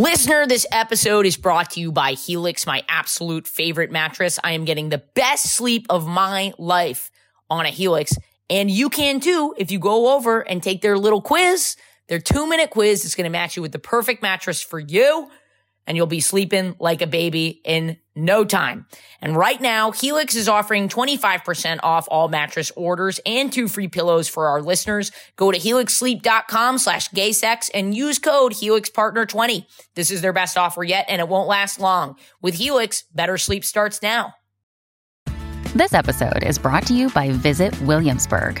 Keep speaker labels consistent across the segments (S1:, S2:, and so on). S1: Listener, this episode is brought to you by Helix, my absolute favorite mattress. I am getting the best sleep of my life on a Helix. And you can too if you go over and take their little quiz, their two minute quiz. It's going to match you with the perfect mattress for you and you'll be sleeping like a baby in no time. And right now, Helix is offering 25% off all mattress orders and two free pillows for our listeners. Go to helixsleep.com slash gaysex and use code HelixPartner20. This is their best offer yet, and it won't last long. With Helix, better sleep starts now.
S2: This episode is brought to you by Visit Williamsburg.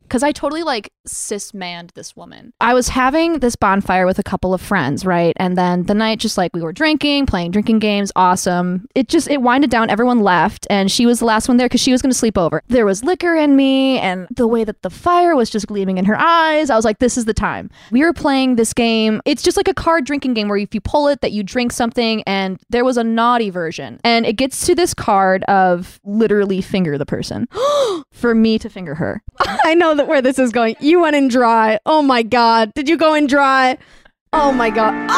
S3: because I totally like cis manned this woman. I was having this bonfire with a couple of friends, right? And then the night, just like we were drinking, playing drinking games, awesome. It just it winded down. Everyone left, and she was the last one there because she was going to sleep over. There was liquor in me, and the way that the fire was just gleaming in her eyes, I was like, "This is the time." We were playing this game. It's just like a card drinking game where if you pull it, that you drink something, and there was a naughty version, and it gets to this card of literally finger the person for me to finger her.
S4: I know that where this is going. You went in dry. Oh my god. Did you go in dry? Oh my god.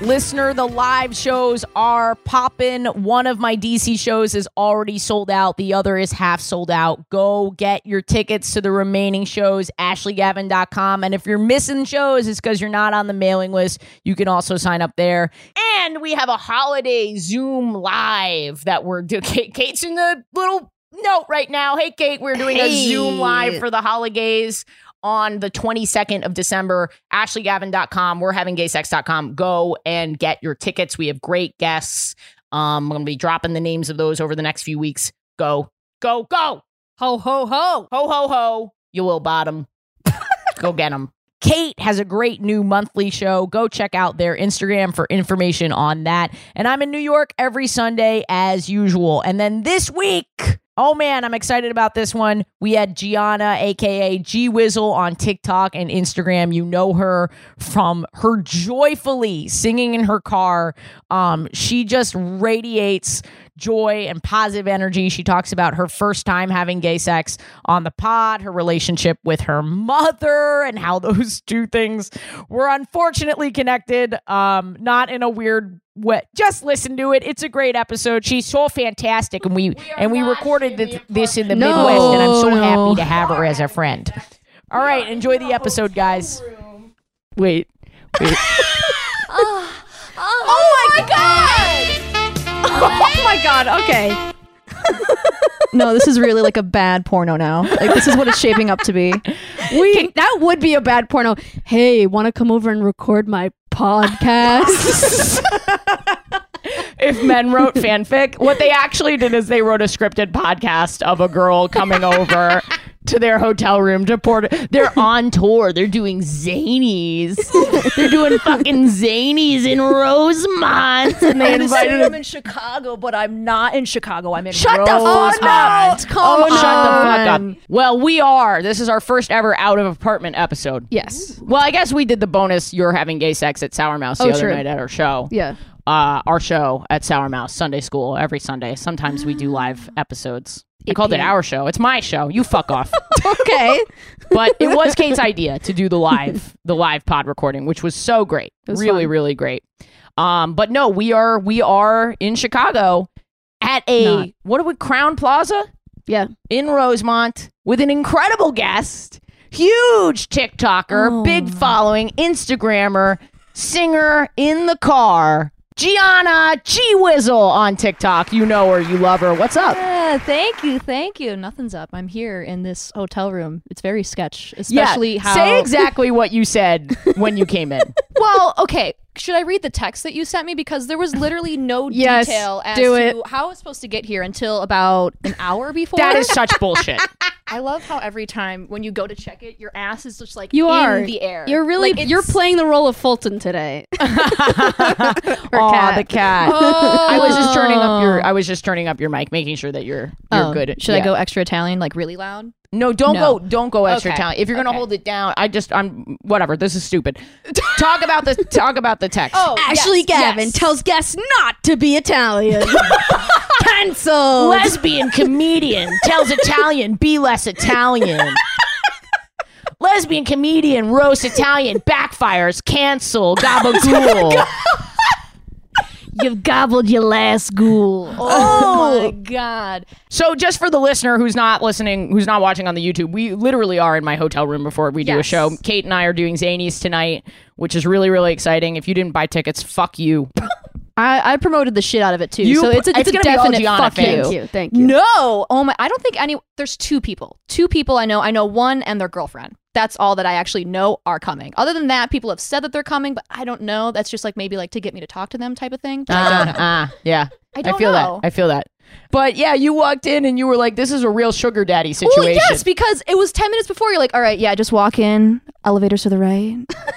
S1: Listener, the live shows are popping. One of my DC shows is already sold out, the other is half sold out. Go get your tickets to the remaining shows, ashleygavin.com. And if you're missing shows, it's because you're not on the mailing list. You can also sign up there. And we have a holiday Zoom live that we're doing. Kate, Kate's in the little note right now. Hey, Kate, we're doing a Zoom live for the holidays on the 22nd of December. AshleyGavin.com. We're having gaysex.com. Go and get your tickets. We have great guests. Um, I'm going to be dropping the names of those over the next few weeks. Go, go, go. Ho, ho, ho. Ho, ho, ho. You will bottom. go get them. Kate has a great new monthly show. Go check out their Instagram for information on that. And I'm in New York every Sunday as usual. And then this week, oh man, I'm excited about this one. We had Gianna, aka G Wizzle, on TikTok and Instagram. You know her from her joyfully singing in her car. Um, she just radiates joy and positive energy. She talks about her first time having gay sex on the pod, her relationship with her mother, and how those two things were unfortunately connected, um, not in a weird way. Just listen to it. It's a great episode. She's so fantastic, and we, and we recorded th- this in the
S3: No,
S1: Midwest, and I'm so
S3: no.
S1: happy to have her as a friend. All right, enjoy the episode, guys. Wait, wait.
S4: Oh my god. Oh my god. Okay.
S3: No, this is really like a bad porno now. Like this is what it's shaping up to be.
S4: We that would be a bad porno. Hey, want to come over and record my podcast?
S1: if men wrote fanfic, what they actually did is they wrote a scripted podcast of a girl coming over to their hotel room to port. They're on tour. They're doing zanies. They're doing fucking zanies in Rosemont, and they invited them.
S5: in Chicago, but I'm not in Chicago. I'm in
S1: Shut the fuck up!
S3: Come
S1: Oh, shut the
S3: on.
S1: fuck up! Well, we are. This is our first ever out of apartment episode.
S3: Yes.
S1: Well, I guess we did the bonus. You're having gay sex at Sour Mouse the
S3: Oh,
S1: other
S3: true.
S1: night at our show
S3: Yeah.
S1: uh, our show at Sour Mouse Sunday School every Sunday. Sometimes we do live episodes. I called it our show. It's my show. You fuck off.
S3: Okay.
S1: but it was Kate's idea to do the live, the live pod recording, which was so great,
S3: was
S1: really,
S3: fun.
S1: really great. Um, but no, we are we are in Chicago at a
S3: Not.
S1: what would Crown Plaza
S3: Yeah.
S1: in Rosemont with an incredible guest, huge TikToker,
S6: Oh.
S1: big following, Instagrammer, singer in the car, Gianna G Wizzle on TikTok. You know her, you love her. What's up?
S3: Yeah, Uh, thank you, thank you. Nothing's up. I'm here in this hotel room. It's very sketch, especially how.
S1: say exactly what you said when you came in.
S3: well, okay. Should I read the text that you sent me because there was literally no
S4: Yes,
S3: detail as
S4: do
S3: to
S4: it.
S3: how I was supposed to get here until about an hour before.
S1: That is such bullshit.
S6: I love how every time when you go to check it, your ass is just like
S4: You
S6: in
S4: are.
S6: the air.
S4: You're really
S6: Like,
S4: you're
S6: it's-
S4: playing the role of Fulton today.
S1: Aw,
S4: cat.
S1: the cat. I was just turning up your. I was just turning up your mic, making sure that you're you're
S6: Oh,
S1: good. at-
S6: Should I
S1: yeah.
S6: go extra Italian, like really loud?
S1: No, don't
S6: No.
S1: go. Don't go extra
S6: Okay.
S1: talent. If you're gonna hold it down, I just I'm whatever. This is stupid. talk about the talk about the text. Oh,
S4: Ashley Gavin tells guests not to be Italian. Cancel.
S1: lesbian comedian tells Italian be less Italian. lesbian comedian roast Italian backfires. Cancel. Gabagool.
S6: You've gobbled your last ghoul. Oh my god.
S1: So, just for the listener who's not listening, who's not watching on the YouTube, we literally are in my hotel room before we do a
S6: Yes.
S1: show. Kate and I are doing Zanies tonight, which is really, really exciting. If you didn't buy tickets, fuck you.
S3: I, I promoted the shit out of it too.
S1: You-
S3: so it's a,
S1: it's
S3: it's,
S1: gonna
S3: a
S1: be all
S3: definite
S1: Gianna
S3: fuck
S1: fans.
S3: you.
S4: Thank you. Thank you.
S3: No. Oh my I don't think any there's two people. Two people I know. I know one and their girlfriend. That's all that I actually know are coming. Other than that, people have said that they're coming, but I don't know. That's just like maybe like to get me to talk to them type of thing. But I don't know.
S1: Ah, yeah.
S3: I don't
S1: feel
S3: know.
S1: that. I feel that. But yeah, you walked in and you were like, this is a real sugar daddy situation.
S3: Well, yes, because it was 10 minutes before. You're like, all right, yeah, just walk in. Elevators to the right.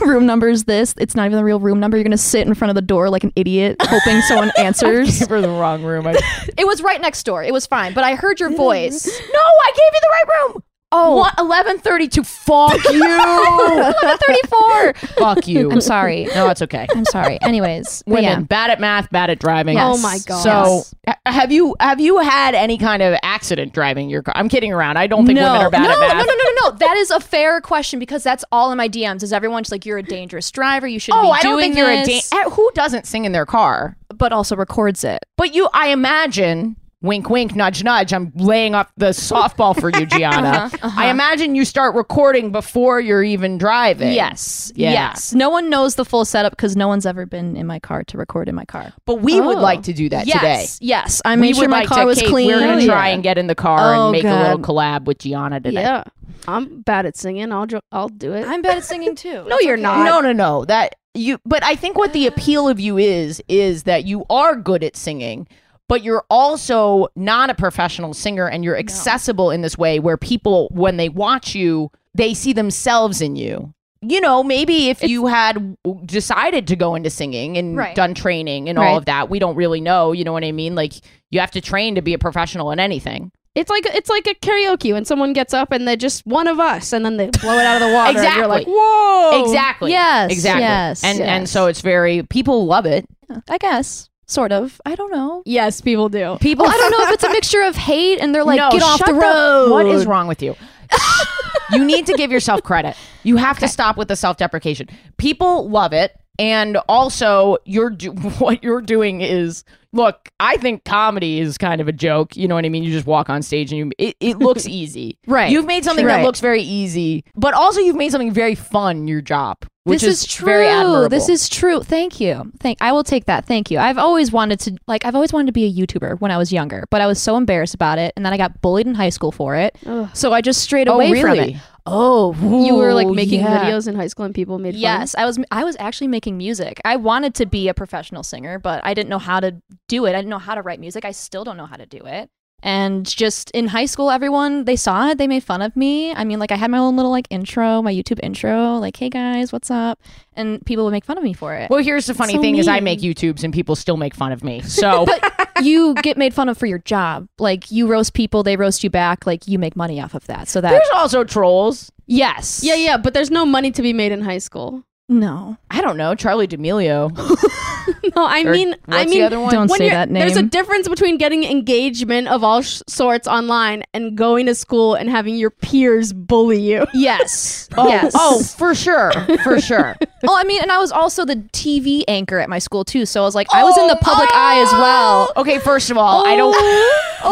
S3: room number's this. It's not even the real room number. You're going to sit in front of the door like an idiot, hoping someone answers.
S1: You were in the wrong room. I-
S3: it was right next door. It was fine, but I heard your voice.
S1: no, I gave you the right room. Oh. What? 1132. Fuck you.
S3: 34.
S1: fuck you.
S3: I'm sorry.
S1: No, it's okay.
S3: I'm sorry. Anyways, but
S1: Women
S3: yeah.
S1: bad at math, bad at driving.
S3: Yes.
S4: Oh my god.
S1: So,
S3: Yes.
S1: ha- have you have you had any kind of accident driving your car? I'm kidding around. I don't think
S3: no.
S1: women are bad
S3: no,
S1: at math.
S3: no, no, no, no, no. That is a fair question because that's all in my DMs. Is everyone just like you're a dangerous driver? You shouldn't
S1: Oh,
S3: be
S1: I don't
S3: doing
S1: think you're a
S3: this,
S1: dan- Who doesn't sing in their car?
S3: but also records it.
S1: But you, I imagine, wink, wink, nudge, nudge. I'm laying up the softball for you, Gianna.
S3: Uh-huh,
S1: I imagine you start recording before you're even driving.
S3: Yes.
S1: Yeah.
S3: Yes. No one knows the full setup because no one's ever been in my car to record in my car.
S1: but we would
S4: Oh.
S1: like to do that today.
S3: Yes. Yes. I
S1: We
S3: made
S1: would
S3: sure my
S1: like
S3: car
S1: to,
S3: was
S1: Kate,
S3: clean. Oh,
S1: We're gonna
S4: Hell
S1: try
S4: yeah.
S1: and get in the car
S4: Oh,
S1: and make a
S4: God.
S1: little collab with Gianna today.
S4: Yeah. I'm bad at singing. I'll dr- I'll do it.
S3: I'm bad at singing too.
S4: no, you're not. Mm.
S1: No, no, no. That you but I think what the appeal of you is is that you are good at singing, but you're also not a professional singer and you're accessible in this way where people when they watch you, they see themselves in you. You know, maybe if you had w- decided to go into singing and
S3: Right.
S1: done training and all
S3: Right.
S1: of that, we don't really know, you know what I mean? Like you have to train to be a professional in anything.
S4: It's like it's like a karaoke when someone gets up and they're just one of us, and then they blow it out of the water. And you're like,
S1: Exactly.
S4: whoa.
S1: exactly.
S3: Yes,
S1: Exactly.
S3: yes,
S1: and and
S3: yes.
S1: so it's very people love it.
S3: I guess. Sort of. I don't know.
S4: Yes, people do.
S1: People
S3: Well, I don't know if it's a mixture of hate and they're like,
S1: No,
S3: get off
S1: shut
S3: the road.
S1: What is wrong with you? you need to give yourself credit. You have to stop with the self-deprecation. People love it, and also you're do- what you're doing is look. I think comedy is kind of a joke. You know what I mean? You just walk on stage and you it, it looks easy.
S3: Right.
S1: You've made something that
S3: Right.
S1: looks very easy, but also you've made something very fun your job, which
S3: this is, true.
S1: very admirable.
S3: This is true. Thank you. Thank. I will take that. Thank you. I've always wanted to like. I've always wanted to be a YouTuber when I was younger, but I was so embarrassed about it, and then I got bullied in high school for it. So I just strayed
S1: Oh,
S3: away from
S1: really?
S3: it. Oh,
S4: You were like
S3: ooh,
S4: making
S3: yeah.
S4: videos in high school, and people made fun.
S3: Yes, I was. I was actually making music. I wanted to be a professional singer, but I didn't know how to do it. I didn't know how to write music. I still don't know how to do it. And just in high school, everyone they saw it. They made fun of me. I mean, like I had my own little like intro, my YouTube intro, like "Hey guys, what's up?" And people would make fun of me for it.
S1: Well, here's the funny
S3: So
S1: thing: is I
S3: mean.
S1: make YouTubes and people still make fun of me. So
S3: you get made fun of for your job. Like you roast people, they roast you back. Like you make money off of that. So that
S1: there's also trolls.
S3: yes,
S4: Yeah, yeah, but there's no money to be made in high school.
S3: no.
S1: I don't know, Charlie D'Amelio.
S4: No, I
S1: Or
S4: mean, I
S1: what's
S4: mean,
S1: the other one?
S3: Don't
S4: when
S3: say
S4: you're-
S3: that
S4: There's a
S3: name.
S4: difference between getting engagement of all sh- sorts online and going to school and having your peers bully you.
S3: Yes.
S1: Oh,
S3: yes.
S1: oh, for sure, for sure.
S3: Oh, I mean, and I was also the TV anchor at my school too. So I was like, I was in the public eye as well.
S1: Oh.
S3: Oh,
S1: Okay, first of all, I don't.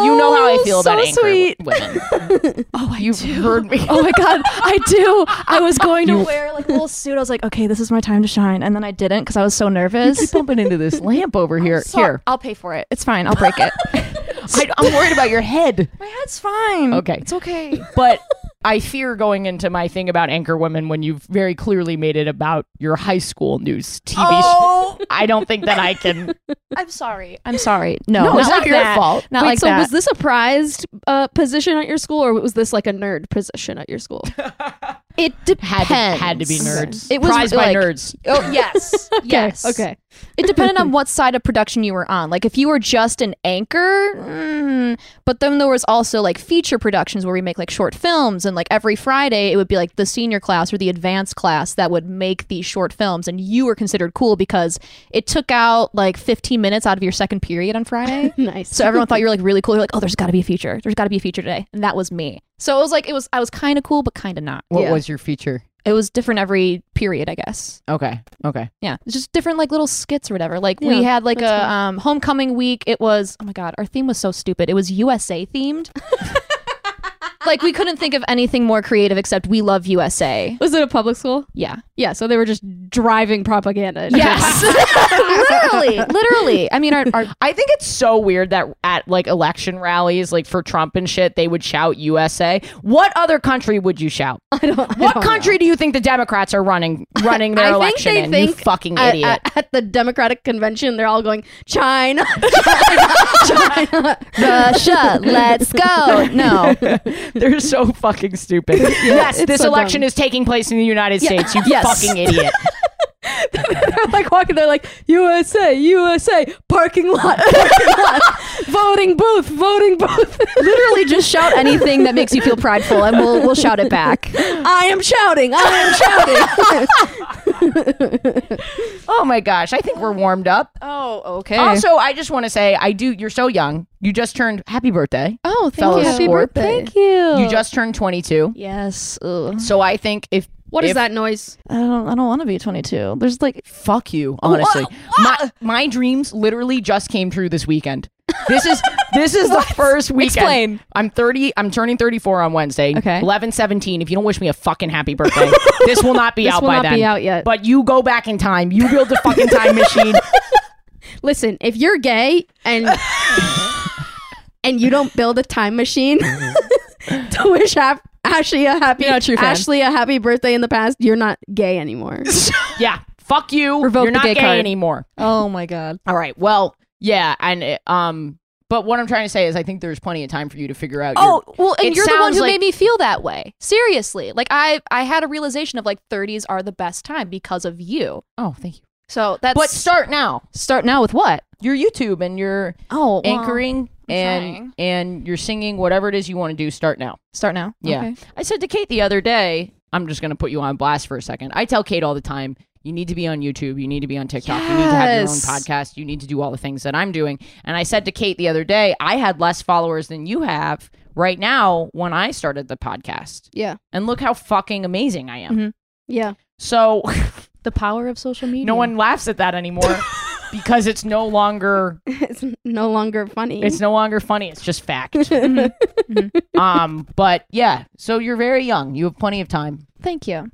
S1: You know how I feel about
S4: so
S1: anchor
S4: sweet.
S1: women. oh, I you've heard me.
S3: Oh my god, I do. I was going to wear like a little suit. I was like, okay, this is my time to shine, and then I didn't because I was so nervous.
S1: bumping into this lamp over here.
S3: So
S1: here,
S3: I'll pay for it. It's fine. I'll break it.
S1: I, I'm worried about your head.
S3: my head's fine.
S1: Okay.
S3: it's okay.
S1: But I fear going into my thing about anchor women when you've very clearly made it about your high school news TV
S3: Oh.
S1: show. I don't think that I can.
S7: I'm sorry.
S3: I'm sorry. No,
S1: No,
S3: not
S1: it's not
S3: like
S1: your
S3: that.
S1: fault.
S3: Not
S4: Wait,
S3: like
S4: so
S3: that.
S4: was this a prized uh, position at your school, or was this like a nerd position at your school?
S3: it
S1: Had
S3: depends.
S1: to, had to be nerds.
S3: It was
S1: prized
S3: like,
S1: by nerds.
S7: Oh yes, yes.
S4: Okay.
S3: It depended on what side of production you were on. Like if you were just an anchor, mm, but then there was also like feature productions where we make like short films, and like every Friday it would be like the senior class or the advanced class that would make these short films, and you were considered cool because it took out like 15 minutes out of your second period on Friday.
S4: Nice.
S3: So everyone thought you were like really cool. You're like, oh, there's got to be a feature. There's got to be a feature today, and that was me. So it was like it was I was kind of cool, but kind of not.
S1: What
S4: Yeah.
S1: was your feature?
S3: It was different every period, I guess.
S1: Okay. Okay.
S3: Yeah, it's just different like little skits or whatever. Like we
S4: Yeah,
S3: had like
S4: that's
S3: a
S4: fun.
S3: um, homecoming week. It was oh my god, our theme was so stupid. It was USA themed. like we couldn't think of anything more creative except we love USA.
S4: was it a public school?
S3: Yeah.
S4: Yeah. So they were just driving propaganda.
S3: Yes. literally, literally. I mean, our, our
S1: I think it's so weird that at like election rallies, like for Trump and shit, they would shout USA. What other country would you shout? I don't. what country do you think the Democrats are running running their
S4: I think
S1: election
S4: they
S1: in?
S4: think
S1: you
S4: uh,
S1: fucking
S4: at,
S1: idiot.
S4: At, at the Democratic convention, they're all going China, China, China.
S3: Russia, let's go. No,
S1: They're so fucking stupid. yes, this
S4: so
S1: election
S4: dumb.
S1: is taking place in the United States. You
S3: Yes.
S1: fucking idiot.
S4: they're like walking. They're like USA, USA, parking lot, parking lot, voting booth, voting booth.
S3: literally just shout anything that makes you feel prideful, and we'll we'll shout it back.
S4: I am shouting. I am shouting.
S1: Oh my gosh, I think we're warmed up.
S7: Oh, okay.
S4: Eh.
S1: Also, I just want to say, I do. You're so young. You just turned. Happy birthday.
S3: Oh, thank
S1: Fellow
S3: you.
S1: Happy sport. birthday.
S3: Thank you.
S4: Oh.
S1: You just turned 22.
S3: yes. Ugh.
S1: So I think if
S4: What
S1: if,
S4: is that noise?
S3: I don't. I don't want to be 22. There's like
S1: Fuck you, honestly. My, my dreams literally just came true this weekend. This is this is the first weekend.
S3: Explain.
S1: I'm 30. I'm turning 34 on Wednesday.
S3: Okay.
S1: 11, 17. If you don't wish me a fucking happy birthday, this will not be out
S4: will
S1: by
S4: not
S1: then.
S4: be out yet.
S1: But you go back in time. You build a fucking time machine.
S4: Listen, if you're gay and and you don't build a time machine to wish hap- Ashley a happy
S3: You're not a true fan.
S4: Ashley a happy birthday in the past, you're not gay anymore.
S1: Yeah. Fuck you.
S3: Revoke
S1: You're
S3: the
S1: not
S3: gay
S1: gay
S3: card.
S1: anymore.
S3: Oh my god.
S1: All right. Well, yeah, and it, um but what I'm trying to say is I think there's plenty of time for you to figure out your-
S3: Oh well, and
S1: It
S3: you're the one
S1: sounds
S3: who
S1: like-
S3: made me feel that way. Seriously, like I I had a realization of like 30s are the best time because of you.
S1: Oh, thank you.
S3: So that's
S1: But start now.
S3: start now with what?
S1: Your YouTube and your
S3: Oh, well,
S1: anchoring and
S3: trying.
S1: and you're singing whatever it is you want to do start now
S3: Start now.
S1: yeah
S3: Okay.
S1: i said to kate the other day i'm just going to put you on blast for a second i tell kate all the time you need to be on youtube you need to be on tiktok you need to have your own
S3: Yes.
S1: podcast you need to do all the things that i'm doing and i said to kate the other day i had less followers than you have right now when i started the podcast
S4: Yeah.
S1: and look how fucking amazing i am
S3: Mhm.
S4: Yeah.
S1: so
S3: The power of social media.
S1: no one laughs at that anymore because it's no longer
S4: It's no longer funny.
S1: It's no longer funny. It's just fact.
S3: Mm-hmm.
S1: um, but yeah. So you're very young. You have plenty of time.
S3: Thank you.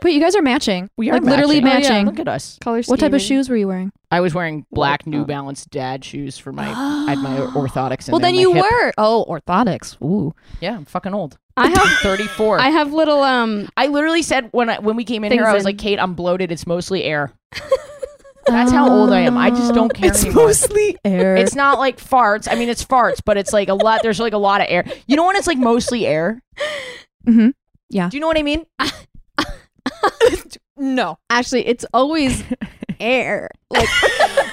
S3: But you guys are matching. like literally
S1: Oh, yeah,
S3: matching.
S1: look at us.
S4: color
S3: What type of
S4: scheming.
S3: shoes were you wearing?
S1: I was wearing black New Balance dad shoes for my. I had my orthotics. In
S3: uh. well,
S1: there,
S3: then
S1: my
S3: you
S1: hip.
S3: were. Oh, orthotics. Ooh.
S1: Yeah, I'm fucking old.
S4: I have
S1: 34.
S4: I
S1: I,
S4: have little um
S1: literally said when I, when we came in here,
S4: Things
S1: I was
S4: in-
S1: like, Kate, I'm bloated. It's mostly air. That's how old I am. I just don't care anymore.
S3: Oh. air.
S1: It's not like farts. I mean, it's farts, but it's like a lot. There's like a lot of air. You know when it's like mostly air.
S3: Mhm. Yeah.
S1: Do you know what I mean?
S3: no.
S4: Ashley, it's always air. Like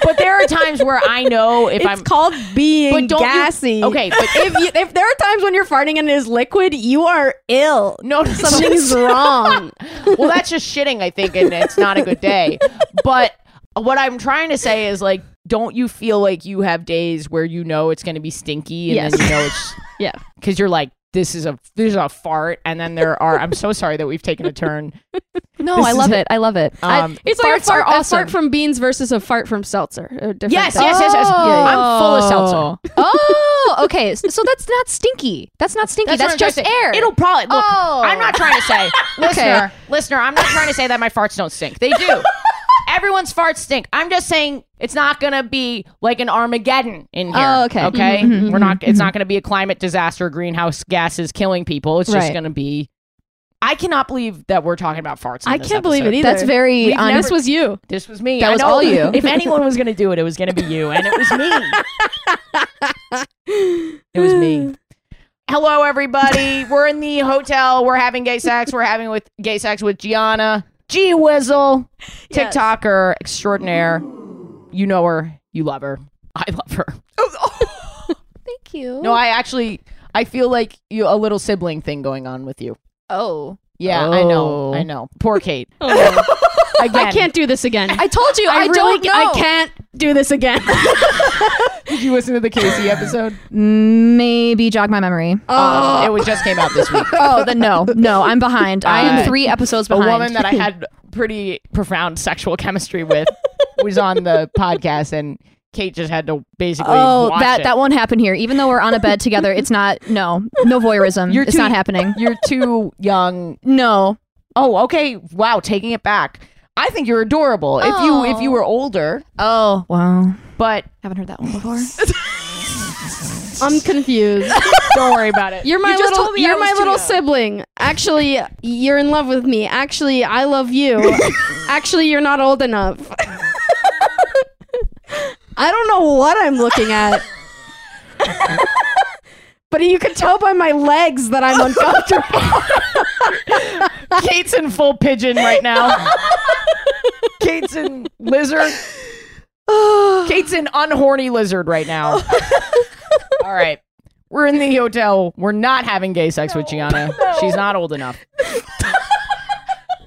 S1: But there are times where I know if
S4: it's
S1: I'm
S4: called being
S1: But don't you-
S4: gassy.
S1: okay, but
S4: If you, if there are times when you're farting and it is liquid, you are ill.
S1: No, that's
S4: Something's
S1: just-
S4: wrong.
S1: well, that's just shitting, I think, and it's not a good day. But what I'm trying to say is like, don't you feel like you have days where you know it's going to be stinky, and then you know it's
S4: Yeah.
S1: because you're like, this is a this is a fart, and then there are. I'm so sorry that we've taken a turn.
S3: No,
S1: This
S3: I
S1: is
S3: love
S1: it.
S3: it. I love it.
S1: Um,
S4: It's like a
S3: Farts are
S4: fart, a
S3: awesome.
S4: fart from beans versus a fart from seltzer. They're different
S1: yes,
S4: things.
S1: yes, yes, yes.
S3: Oh.
S1: I'm full of seltzer.
S3: oh, okay. S- So that's not stinky. That's not stinky. That's,
S1: what I'm
S3: just
S1: trying to say.
S3: air.
S1: It'll probably look.
S3: Oh.
S1: I'm not trying to say, listener, listener. I'm not trying to say that my farts don't stink. They do. Everyone's farts stink. I'm just saying it's not gonna be like an Armageddon in here.
S3: Oh, okay. mm-hmm.
S1: Okay. We're not. It's not gonna be a climate disaster, greenhouse gases killing people. It's just
S3: Right.
S1: gonna be. I cannot believe that we're talking about farts. in
S4: I
S1: this
S4: can't believe it
S1: episode.
S4: either.
S3: That's very
S4: We've
S3: honest.
S4: This was you.
S1: This was me.
S3: That
S1: I
S3: was
S1: know
S3: all you.
S1: If anyone was gonna do it, it was gonna be you, and it was me. It was me. Hello, everybody. We're in the hotel. We're having gay sex. We're having with gay sex with Gianna G Wizzle,
S4: Yes.
S1: TikToker extraordinaire. You know her. You love her. I love her.
S3: Thank you.
S1: No, I actually, I feel like you a little sibling thing going on with you.
S8: Oh.
S1: Yeah, I know.
S3: Oh.
S1: I know. Poor Kate. Again,
S4: I can't do this again.
S8: I told you I,
S4: really
S8: don't
S4: ca-
S8: know.
S4: I can't do this again.
S1: Did you listen to the Casey episode?
S3: Maybe jog my memory. Uh,
S1: Um, it was just came out this week.
S3: Oh, then no, no, I'm behind. I
S1: Uh,
S3: am three episodes behind.
S1: a woman that I had pretty profound sexual chemistry with was on the podcast, and Kate just had to basically.
S3: Oh,
S1: watch
S3: that
S1: it.
S3: that won't happen here. Even though we're on a bed together, it's not. No, no voyeurism.
S1: You're
S3: it's
S1: too-
S3: not happening.
S1: You're too young.
S3: No,
S1: Oh, okay. Wow, taking it back. I think you're adorable. If you if you were older,
S3: Oh, wow.
S1: but
S3: Haven't heard that one before.
S4: I'm confused.
S1: don't worry about it.
S4: You're my
S8: just
S4: little
S8: told me I
S4: you're
S8: was
S4: my
S8: too
S4: little
S8: young.
S4: sibling. Actually, you're in love with me. Actually, I love you. Actually, you're not old enough. I don't know what I'm looking at. but you can tell by my legs that I'm uncomfortable.
S1: Kate's in full pigeon right now. Kate's in lizard. Kate's in unhorny lizard right now. All right. We're in the hotel. We're not having gay sex with Gianna. She's not old enough.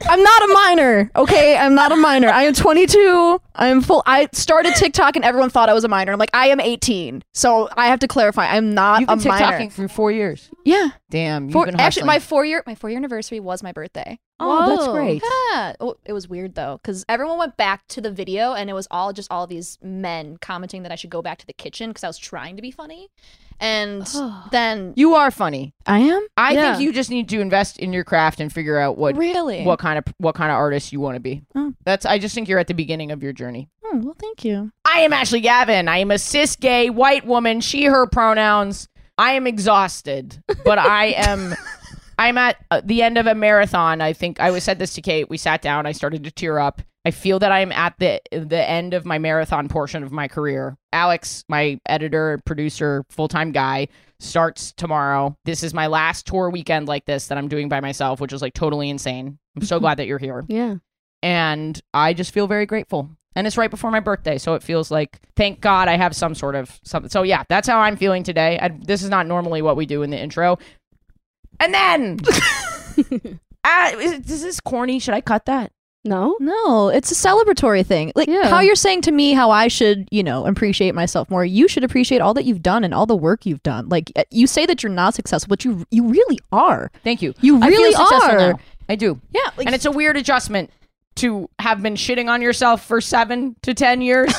S3: I'm not a minor. Okay, I'm not a minor. I am 22. I'm full. I started TikTok and everyone thought I was a minor. I'm like, I am 18. So I have to clarify. I'm not
S1: You've been
S3: a minor.
S1: TikToking for four years.
S3: Yeah.
S1: Damn. You've
S8: Four,
S1: been
S8: actually,
S1: hustling.
S8: my four year my four year anniversary was my birthday.
S1: Oh, that's great.
S8: Yeah. Oh, it was weird though, because everyone went back to the video, and it was all just all these men commenting that I should go back to the kitchen because I was trying to be funny, and then
S1: You are funny.
S3: I am.
S1: I
S4: Yeah.
S1: think you just need to invest in your craft and figure out what
S8: really
S1: what kind of what kind of artist you want to be.
S3: Oh.
S1: That's I just think you're at the beginning of your journey.
S3: Oh, well, thank you.
S1: I am Ashley Gavin. I am a cis gay white woman, she her pronouns. I am exhausted, but I am I'm at uh, the end of a marathon. I think I was said this to Kate. We sat down, I started to tear up. I feel that I'm at the the end of my marathon portion of my career. Alex, my editor, producer, full-time guy, starts tomorrow. This is my last tour weekend like this that I'm doing by myself, which is like totally insane. I'm so glad that you're here
S4: yeah.
S1: and I just feel very grateful. And it's right before my birthday, so it feels like thank God I have some sort of something. So yeah, that's how I'm feeling today. I, this is not normally what we do in the intro. And then, Ah, is, is this corny? Should I cut that?
S4: No.
S3: No, it's a celebratory thing. Like
S4: Yeah.
S3: how you're saying to me how I should, you know, appreciate myself more. You should appreciate all that you've done and all the work you've done. Like uh, you say that you're not successful, but you you really are.
S1: Thank you.
S3: You
S1: I feel
S3: really
S1: successful
S3: are.
S1: now. I do.
S3: Yeah, like,
S1: and it's a weird adjustment to have been shitting on yourself for seven to ten years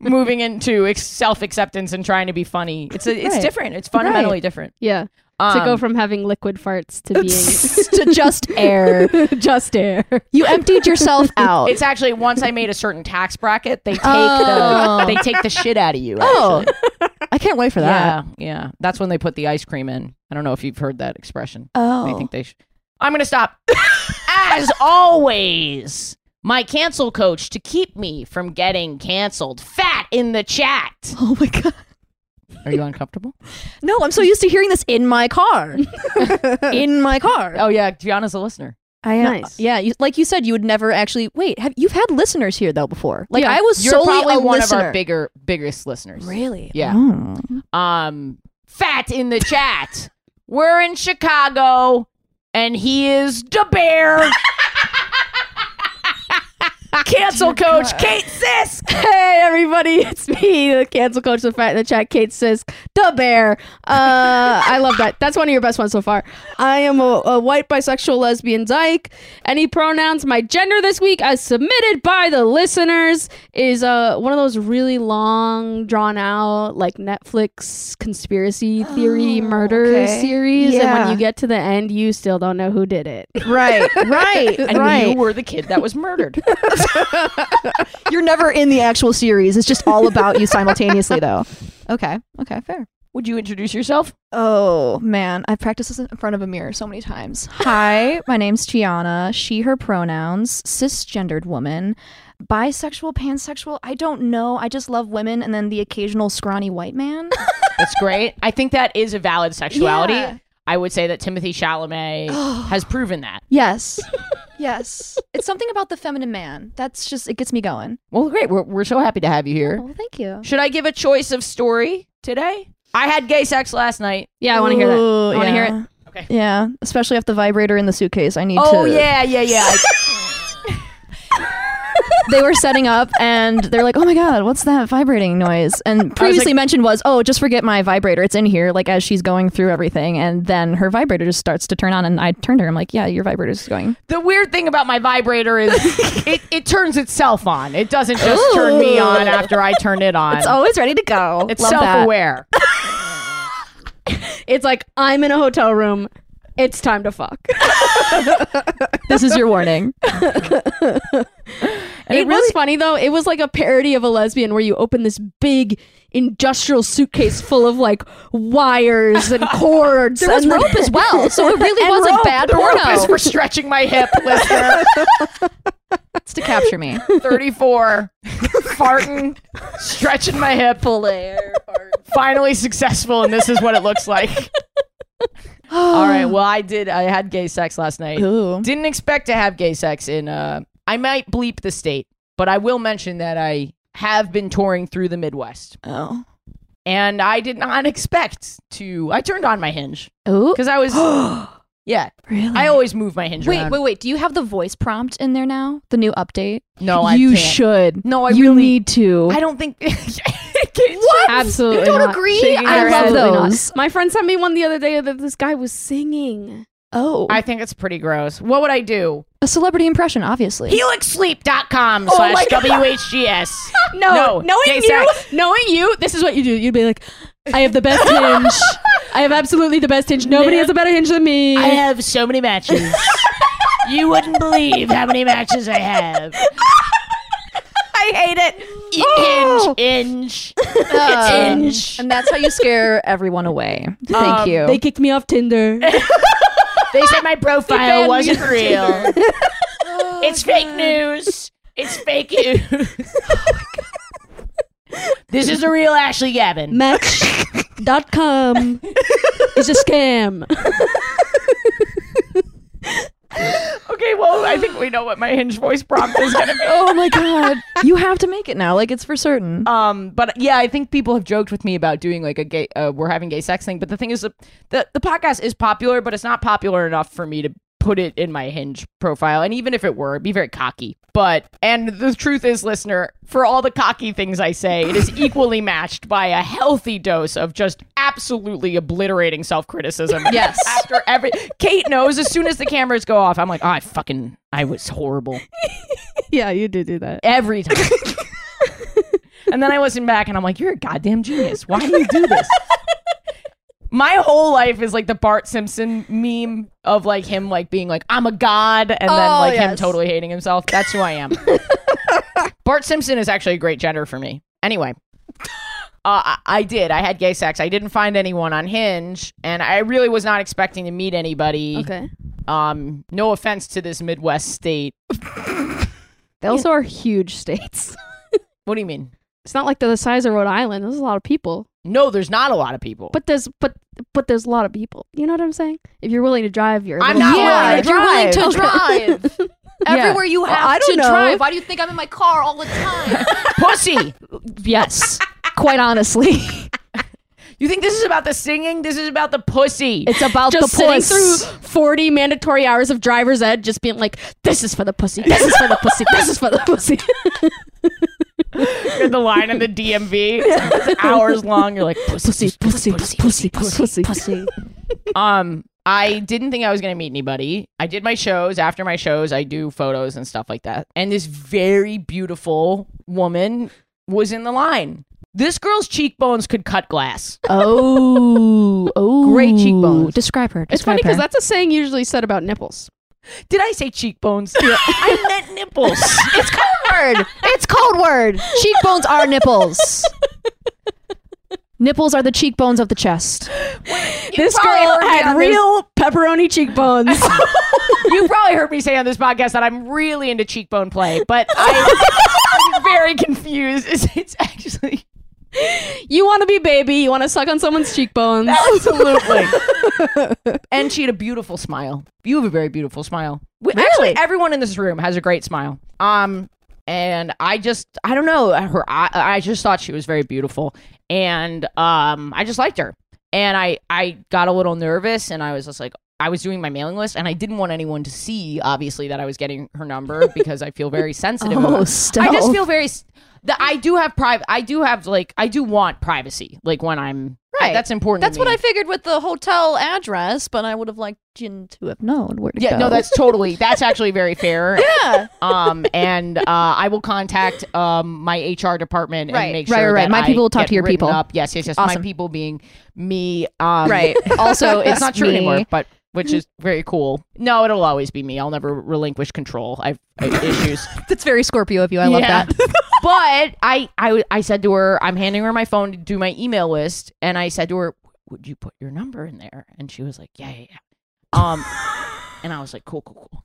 S1: moving into ex- self-acceptance and trying to be funny it's a, it's
S3: Right.
S1: different it's fundamentally
S3: Right.
S1: different
S4: Yeah. to
S1: Um,
S4: go from having liquid farts to being
S3: to just air.
S4: just air.
S3: You emptied yourself out.
S1: It's actually once I made a certain tax bracket, they take
S3: Oh.
S1: the they take the shit out of you.
S3: oh,
S1: actually.
S3: I can't wait for that.
S1: yeah, yeah. That's when they put the ice cream in. I don't know if you've heard that expression.
S3: Oh,
S1: They think they. Sh- I'm gonna stop. As always, my cancel coach to keep me from getting canceled. Fat in the chat.
S3: oh my god.
S1: Are you uncomfortable?
S3: No, I'm so used to hearing this in my car. in my car.
S1: oh yeah, Gianna's a listener.
S3: I am.
S4: Nice.
S3: Yeah, you, like you said, you would never actually wait. Have you've had listeners here though before? Like
S4: Yeah.
S3: I was
S1: You're
S3: solely
S1: probably
S3: a
S1: one
S3: listener.
S1: of our bigger, biggest listeners.
S3: really.
S1: Yeah.
S3: Oh.
S1: um fat in the chat we're in chicago and he is the bear cancel coach kate sisk
S4: Hey everybody, it's me, the cancel coach, the fat in the chat, Kate says, the bear. Uh, I love that. That's one of your best ones so far. I am a, a white bisexual lesbian dyke. Any pronouns? My gender this week, as submitted by the listeners, is uh, one of those really long, drawn out, like Netflix conspiracy theory murder
S9: Oh, okay.
S4: series. And
S9: Yeah.
S4: when you get to the end, you still don't know who did it.
S9: Right, right,
S1: And
S9: right.
S1: you were the kid that was murdered.
S3: You're never in the actual series. It's just all about you simultaneously, though. Okay. Okay. Fair.
S1: Would you introduce yourself?
S3: Oh man, I've practiced this in front of a mirror so many times. Hi, my name's Gianna. She, her pronouns, cisgendered woman, bisexual, pansexual. I don't know. I just love women and then the occasional scrawny white man.
S1: That's great. I think that is a valid sexuality.
S3: Yeah.
S1: I would say that Timothy Chalamet has proven that.
S3: yes. Yes. It's something about the feminine man. That's just, it gets me going.
S1: Well, great. We're, we're so happy to have you here.
S3: Well, thank you.
S1: Should I give a choice of story today? I had gay sex last night.
S4: Yeah, I want to hear that.
S3: Ooh,
S4: I want to hear
S3: yeah.
S4: it.
S1: Okay.
S3: Yeah. Especially if the vibrator in the suitcase. I need to.
S1: Oh, yeah, yeah, yeah. I-
S3: they were setting up and they're like, "Oh my god, what's that vibrating noise?" And previously mentioned was, "Oh, just forget my vibrator. It's in here." Like as she's going through everything, and then her vibrator just starts to turn on, and I turned her. I'm like, "Yeah, your vibrator's going."
S1: the weird thing about my vibrator is it, it turns itself on. It doesn't just turn me on after I turn it on. It's,
S3: Always ready to go.
S1: self-aware.
S4: It's like I'm in a hotel room. It's time to fuck.
S3: This is your warning.
S4: it was funny though. It was like a parody of a lesbian where you open this big industrial suitcase full of like wires and cords.
S9: There was
S4: and then-
S9: rope as well, so it really
S4: And
S9: was
S4: rope.
S9: a bad
S4: The
S1: Rope is
S9: porno.
S1: for stretching my hip, listener.
S3: It's to capture me.
S1: 34, farting, stretching my hip. Full air. Finally successful, and this is what it looks like. All right. Well, I did. I had gay sex last night.
S3: Ooh.
S1: Didn't expect to have gay sex in. Uh, I might bleep the state, but I will mention that I have been touring through the Midwest,
S3: Oh.
S1: and I did not expect to. I turned on my hinge
S4: Oh.
S3: Ooh.
S1: because I was. yeah,
S3: Really?
S1: I always move my hinge
S3: wait,
S1: around.
S3: wait, wait. Do you have the voice prompt in there now? The new update?
S1: No, I
S3: you
S1: can't.
S3: should.
S1: No, I
S3: you
S1: really-
S3: need to.
S1: I don't think. what?
S4: Absolutely.
S3: don't
S4: not.
S3: agree?
S4: Shaking
S3: I
S4: your
S3: love
S4: head. Absolutely not.
S3: those.
S4: My friend sent me one the other day that this guy was singing.
S3: oh,
S1: I think it's pretty gross. What would I do?
S3: a celebrity impression, obviously.
S1: Helixsleep.com
S4: Oh
S1: slash WHGS. No,
S4: knowing
S1: gay
S4: you,
S1: sex.
S4: knowing you, this is what you do. You'd be like, I have the best hinge. I have absolutely the best hinge. Nobody has a better hinge than me.
S1: I have so many matches. you wouldn't believe how many matches I have.
S4: I hate it. Oh.
S1: Inch, inch.
S4: Um,
S1: It's inch.
S3: And that's how you scare everyone away. Thank
S1: Um,
S3: you.
S4: They kicked me off Tinder.
S1: They said my profile
S4: me.
S1: wasn't real. it's fake news. It's fake news. This is the real Ashley Gavin.
S4: Match.com is a scam.
S1: Okay, well, I think we know what my hinge voice prompt is going to be.
S3: oh my god. You have to make it now. Like it's for
S9: Uh,
S3: certain.
S1: Um, but yeah, I think people have joked with me about doing like a gay, uh, we're having gay sex thing. But the thing is, the, the the podcast is popular, but it's not popular enough for me to put it in my Hinge profile. And even if it were, it'd be very cocky. But and the truth is, listener, for all the cocky things I say, it is equally matched by a healthy dose of just absolutely obliterating self criticism.
S3: Yes.
S1: After every Kate knows, as soon as the cameras go off, I'm like, oh, I fucking, I was horrible
S4: Yeah, you did do that.
S1: every time. and then I listen back and I'm like, you're a goddamn genius. Why do you do this? My whole life is like the Bart Simpson meme of like him like being like I'm a god and then
S3: Oh,
S1: like him
S3: yes.
S1: totally hating himself. That's who I am. Bart Simpson is actually a great gender for me. Anyway, uh, I, I did. I had gay sex. I didn't find anyone on Hinge, and I really was not expecting to meet anybody.
S4: Okay.
S1: Um, no offense to this Midwest state.
S4: They also are huge states.
S1: What do you mean?
S4: It's not like they're the size of Rhode Island. There's a lot of people.
S1: No, there's not a lot of people.
S4: But there's but but there's a lot of people. You know what I'm saying? If you're willing to drive, you're. a
S1: I'm
S4: little-
S1: not
S3: Yeah,
S1: willing
S3: if
S1: to
S3: you're willing
S1: drive.
S3: to
S4: drive.
S3: Everywhere you have
S9: I
S3: to
S9: don't know.
S3: drive. Why do you think I'm in my car all the time?
S1: Pussy.
S3: yes. Quite honestly.
S1: You think this is about the singing? This is about the pussy.
S3: It's about
S4: just
S3: the
S4: sitting
S3: puss.
S4: through 40 mandatory hours of driver's ed, just being like, "This is for the pussy. This is for the pussy. This is for the pussy."
S1: You're in the line in the DMV. It's hours long. You're like pussy, pussy, pussy, pussy, pussy, pussy. Um, I didn't think I was gonna meet anybody. I did my shows. After my shows, I do photos and stuff like that. And this very beautiful woman was in the line. This girl's cheekbones could cut glass.
S9: Oh, oh,
S1: Great cheekbones.
S9: Describe her.
S4: It's funny because that's a saying usually said about nipples.
S1: Did I say cheekbones? I meant nipples.
S9: it's code word. It's code word. Cheekbones are nipples. nipples are the cheekbones of the chest.
S4: this
S1: probably
S4: girl
S1: heard me
S4: had
S1: on this-
S4: real pepperoni cheekbones.
S1: you probably heard me say on this podcast that I'm really into cheekbone play, but I, I'm very confused. It's, it's actually
S4: you want to be baby. You want to suck on someone's cheekbones.
S1: absolutely. and she had a beautiful smile. You have a very beautiful smile. We- Actually, everyone in this room has a great smile. Um, and I just I don't know her. I, I just thought she was very beautiful, and um, I just liked her. And I I got a little nervous, and I was just like. I was doing my mailing list and I didn't want anyone to see, obviously, that I was getting her number because I feel very sensitive. about it. I just feel very. s- The, I do have private. I do have like. I do want privacy. Like when I'm.
S9: Right.
S1: That's important.
S9: That's
S1: to me.
S9: what I figured with the hotel address, but I would have liked Jin to have known where to
S1: Yeah.
S9: go.
S1: No, that's totally. That's actually very fair.
S9: yeah.
S1: Um. And uh, I will contact um my HR department
S9: Right.
S1: and make
S9: Right,
S1: sure
S9: right, right.
S1: that
S9: My
S1: I
S9: people will talk
S1: get
S9: to your
S1: written
S9: people.
S1: Up. Yes. Yes. Yes. My
S9: Awesome.
S1: people being me. Um,
S9: Right. Also,
S1: It's
S9: it's
S1: not true
S9: me.
S1: anymore, but which is very cool. No, it'll always be me. I'll never relinquish control. I've, I have issues.
S9: That's very Scorpio of you. I love
S1: Yeah.
S9: that.
S1: but I, I I said to her, I'm handing her my phone to do my email list, and I said to her, "Would you put your number in there?" And she was like, "Yeah, yeah, yeah." Um, and I was like, "Cool, cool, cool."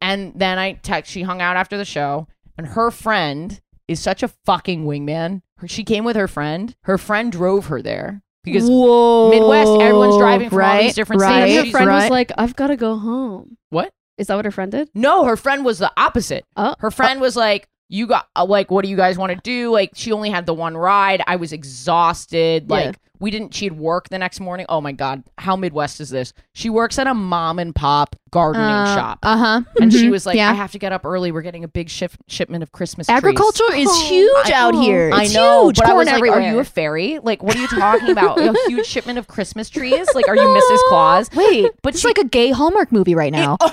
S1: And then I text. She hung out after the show, and her friend is such a fucking wingman. Her, she came with her friend. Her friend drove her there because
S9: Whoa.
S1: Midwest, everyone's driving from all
S9: right,
S1: these different
S9: right,
S1: states.
S4: and her
S1: She's-
S4: friend was
S9: right.
S4: like, "I've got to go home."
S1: What?
S4: Is that what her friend did?
S1: No, her friend was the opposite.
S4: Oh.
S1: Her friend was like, "You got uh, like, what do you guys want to do?" Like, she only had the one ride. I was exhausted.
S4: Yeah.
S1: Like, we didn't. She'd work the next morning. Oh my god, how Midwest is this? She works at a mom and pop gardening shop,
S9: Uh huh.
S1: and she was like,
S9: yeah.
S1: "I have to get up early. We're getting a big shif- shipment of Christmas trees."
S9: Agriculture is huge
S1: Oh, I-
S9: out here.
S1: I
S9: It's
S1: know,
S9: huge.
S1: but I
S9: Corn
S1: was like,
S9: everywhere.
S1: "Are you a fairy? Like, what are you talking about? a huge shipment of Christmas trees? Like, are you Mrs. Claus?"
S9: Wait,
S1: But
S9: but it's
S1: she-
S9: like a gay Hallmark movie right now.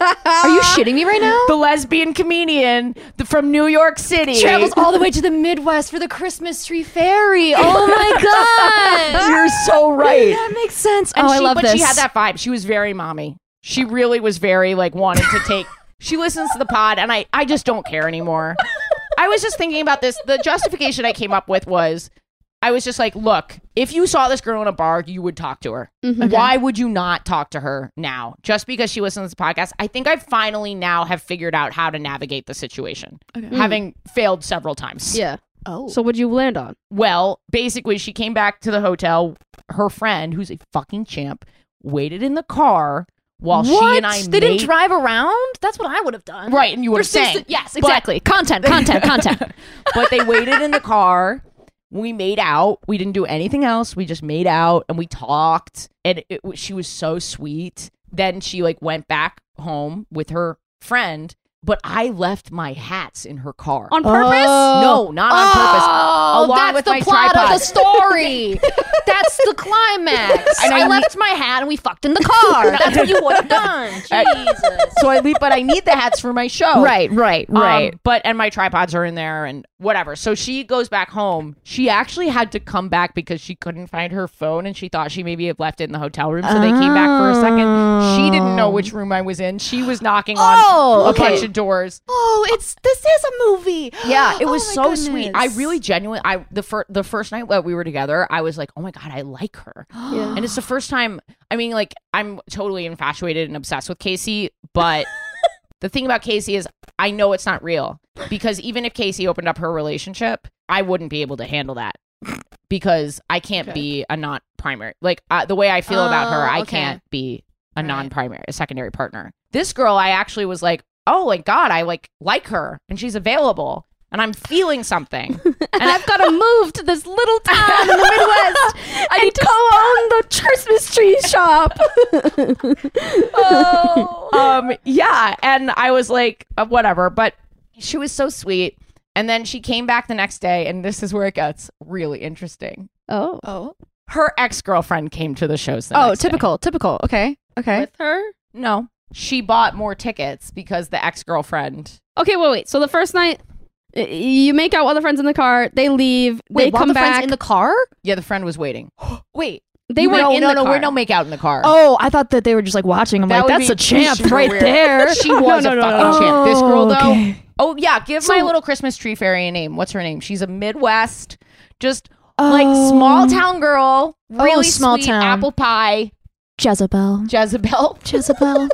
S9: Are you shitting me right now?
S1: The lesbian comedian th- from New York City
S9: Travels all the way to the Midwest for the Christmas tree fairy. Oh my god,
S1: You're so right.
S9: that makes sense.
S1: And
S9: oh,
S1: she,
S9: I love
S1: but
S9: this.
S1: she had that vibe. She was very mommy. She really was very like wanted to take. she listens to the pod, and I I just don't care anymore. I was just thinking about this. The justification I came up with was. I was just like, look, if you saw this girl in a bar, you would talk to her.
S9: Mm-hmm.
S1: Why would you not talk to her now? Just because she listens to the podcast? I think I finally now have figured out how to navigate the situation, having failed several times.
S4: Yeah.
S9: Oh,
S4: So what'd you land on?
S1: Well, basically, she came back to the hotel. Her friend, who's a fucking champ, waited in the car while she and I
S9: They
S1: made-
S9: didn't drive around. That's what I would have done.
S1: Right, and you were
S9: There's things
S1: saying
S9: that- yes, exactly. content, content, content.
S1: but they waited in the car. We made out. We didn't do anything else. We just made out and we talked. And it, was she was so sweet. Then she like went back home with her friend. But I left my hats in her car
S4: On purpose?
S1: No, not on purpose.
S9: Oh,
S1: Along
S9: that's
S1: with
S9: the
S1: my
S9: plot
S1: tripod.
S9: of the story. that's the climax.
S1: And
S9: I,
S1: I-
S9: left my hat and we fucked in the car. That's what you would have done. Jesus.
S1: so I leave. But I need the hats for my show.
S9: Right, right,
S1: Um,
S9: right.
S1: but and my tripods are in there and whatever. So she goes back home. She actually had to come back because she couldn't find her phone and she thought she maybe had left it in the hotel room. So they came back for a second. She didn't know which room I was in. She was knocking on
S9: Oh,
S1: a
S9: okay.
S1: bunch of doors.
S9: oh, it's this is a movie.
S1: Yeah, it was
S9: my
S1: so
S9: goodness.
S1: sweet. I really genuinely I the fir- the first night that we were together, I was like, "Oh my god, I like her."
S4: Yeah.
S1: And it's the first time, I mean, like, I'm totally infatuated and obsessed with Casey, but the thing about Casey is I know it's not real because even if Casey opened up her relationship, I wouldn't be able to handle that because I can't be a non primary. Like, uh, the way I feel about her,
S9: Oh,
S1: I
S9: okay.
S1: can't be a
S9: Right.
S1: non primary, a secondary partner. This girl, I actually was like, oh my God, I like like her and she's available and I'm feeling something.
S4: And I've got to move to this little town in the Midwest I and co-own the Christmas tree shop.
S1: um yeah and i was like uh, whatever but she was so sweet And then she came back the next day, and this is where it gets really interesting.
S4: Oh.
S9: Oh,
S1: Her ex girlfriend came to the shows. The
S9: oh,
S1: next day.
S9: typical, typical. Okay, okay.
S4: With her?
S1: No, she bought more tickets because the ex girlfriend.
S4: Okay, wait, wait. So the first night, y- you make out with the friends in the car. They leave. they
S9: while
S4: come
S9: the friend's
S4: back.
S9: in the car.
S1: Yeah, the friend was waiting.
S9: Wait.
S4: they
S1: You
S4: were
S1: no,
S4: in
S1: no,
S4: the
S1: no.
S4: car.
S1: We're no make out in the car.
S9: Oh, I thought that they were just like watching. I'm
S1: That
S9: like,
S1: would
S9: that's
S1: be
S9: a champ
S1: super
S9: right
S1: weird.
S9: there.
S1: She was
S4: No,
S1: a
S4: no, no,
S1: fucking
S4: no.
S1: champ. This girl, though.
S9: okay.
S1: Oh yeah, give my
S4: So-
S1: little Christmas tree fairy a name. What's her name? She's a Midwest, just like
S9: Oh.
S1: small town girl, really
S9: small
S1: sweet
S9: town.
S1: apple pie Oh,
S3: Jezebel.
S1: Jezebel.
S3: Jezebel.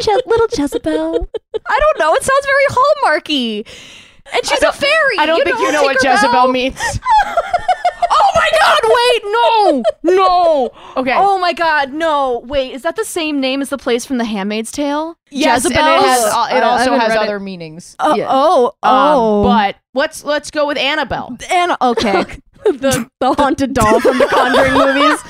S3: Je- little Jezebel.
S9: I don't know. It sounds very Hallmarky. And she's a fairy.
S1: I don't think you know what Jezebel means. oh my God! Wait, no, no. Okay.
S9: Oh my God, no! Wait, is that the same name as the place from The Handmaid's Tale?
S1: yes, and it, has, uh,
S9: Jezebel's?
S1: it
S4: I
S1: also
S4: haven't
S1: has
S4: read
S1: other meanings.
S9: Oh,
S4: Yeah.
S9: oh, oh!
S1: Um, but let's let's go with Annabelle.
S9: but and okay,
S4: the, the haunted doll from the Conjuring movies.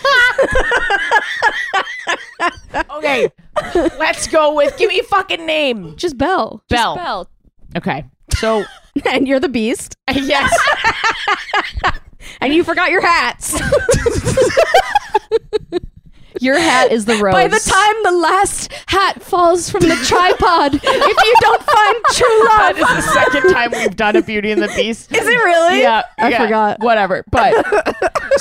S1: Okay, let's go with give me a fucking name.
S4: Just Belle.
S1: Belle. Okay. So
S4: And you're the beast.
S1: yes.
S4: And you forgot your hats.
S9: your hat is the rose.
S4: By the time the last hat falls from the tripod, if you don't find true
S1: That
S4: love.
S1: is the second time we've done a Beauty and the Beast.
S4: Is it really?
S1: Yeah,
S4: I
S1: yeah,
S4: forgot. Oh,
S1: Whatever. But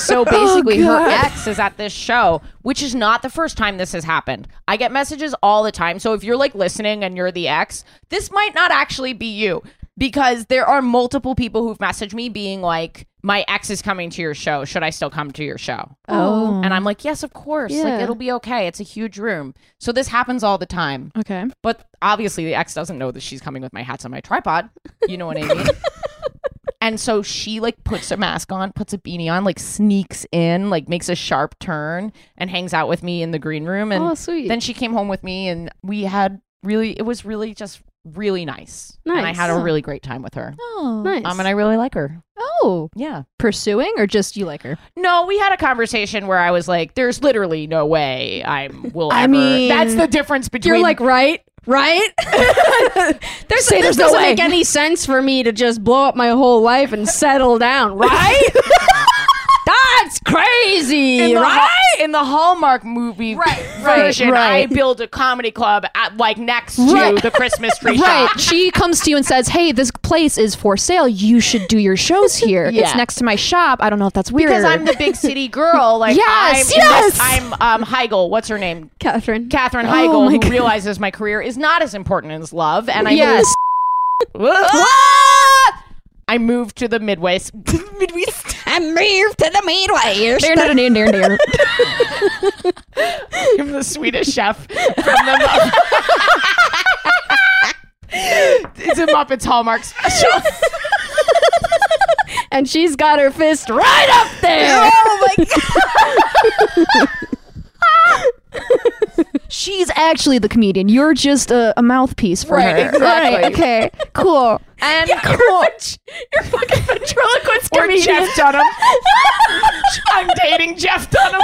S1: so basically, her ex is at this show, which is not the first time this has happened. I get messages all the time. So if you're like listening and you're the ex, this might not actually be you because there are multiple people who've messaged me being like, my ex is coming to your show. Should I still come to your show?
S4: Oh.
S1: And I'm like, yes, of course. Like,
S4: Yeah.
S1: it'll be okay. It's a huge room. So this happens all the time.
S4: Okay.
S1: But obviously, the ex doesn't know that she's coming with my hats on my tripod. You know what I mean? and so she like puts a mask on, puts a beanie on, like sneaks in, like makes a sharp turn, and hangs out with me in the green room. And
S4: Oh, sweet.
S1: then she came home with me, and we had really, it was really just really nice. And I
S4: Nice.
S1: had a really great time with her.
S9: oh,
S4: nice.
S1: Um, and I really like her.
S9: oh,
S1: Yeah.
S9: pursuing or just you like her?
S1: No, we had a conversation where I was like, "There's literally no way I will."
S9: I
S1: ever.
S9: mean,
S1: that's the difference between
S4: you're like, right? Right? there's,
S9: Say
S4: this
S9: there's no
S4: doesn't
S9: way.
S4: make any sense for me to just blow up my whole life and settle down, right? That's crazy,
S1: in the,
S4: right?
S1: Hall- in the Hallmark movie version, I build a comedy club at, like next to
S9: Right.
S1: the Christmas tree
S9: Right.
S1: shop.
S9: She comes to you and says, "Hey, this place is for sale. You should do your shows here.
S1: Yeah.
S9: It's next to my shop. I don't know if that's weird."
S1: Because I'm the big city girl. Like
S9: Yes,
S1: I'm,
S9: yes.
S1: I'm um Heigl, what's her name?
S4: Catherine.
S1: Catherine
S9: Oh
S1: Heigl,
S9: my
S1: who
S9: God.
S1: realizes my career is not as important as love, and I
S9: yes.
S1: moved, Ah! I moved to the Midwest. Midwest.
S9: They're not an Indian. they're-
S1: I'm the Swedish chef from the Muppets. It's a Muppets Hallmark special.
S4: and she's got her fist right up there.
S1: Oh
S9: She's actually the comedian. You're just a, a mouthpiece for
S1: Right,
S9: her.
S1: exactly.
S9: Right. Okay. Cool.
S4: And cool. You're fucking ventriloquist
S1: or
S4: comedian.
S1: Jeff Dunham. I'm dating Jeff Dunham.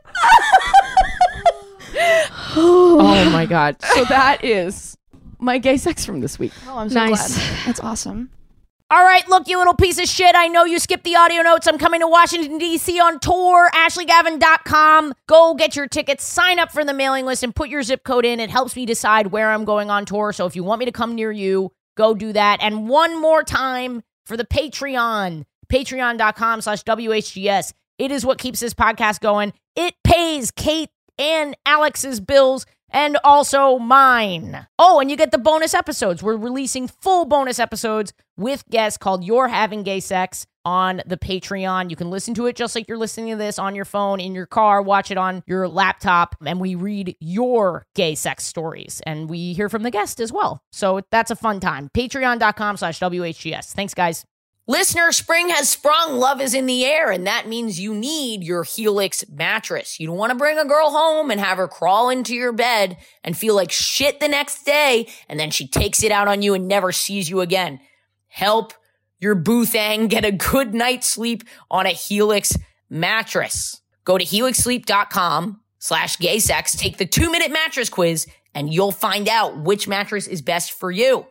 S1: oh my god. So that is my gay sex from this week.
S9: Oh, I'm so
S4: Nice.
S9: glad. That's awesome.
S1: All right, look, you little piece of shit. I know you skipped the audio notes. I'm coming to Washington, D.C. on tour. AshleyGavin.com. Go get your tickets, sign up for the mailing list, and put your zip code in. It helps me decide where I'm going on tour. So if you want me to come near you, go do that. And one more time for the Patreon, patreon.com slash WHGS. It is what keeps this podcast going. It pays Kate and Alex's bills and also mine. Oh, and you get the bonus episodes. We're releasing full bonus episodes with guests called You're Having Gay Sex on the Patreon. You can listen to it just like you're listening to this on your phone, in your car, watch it on your laptop, and we read your gay sex stories and we hear from the guest as well. So that's a fun time. Patreon.com slash WHGS. Thanks, guys. Listener, spring has sprung. Love is in the air, and that means you need your Helix mattress. You don't want to bring a girl home and have her crawl into your bed and feel like shit the next day, and then she takes it out on you and never sees you again. Help your boo thang get a good night's sleep on a Helix mattress. Go to helixsleep.com slash gay sex, take the two minute mattress quiz, and you'll find out which mattress is best for you.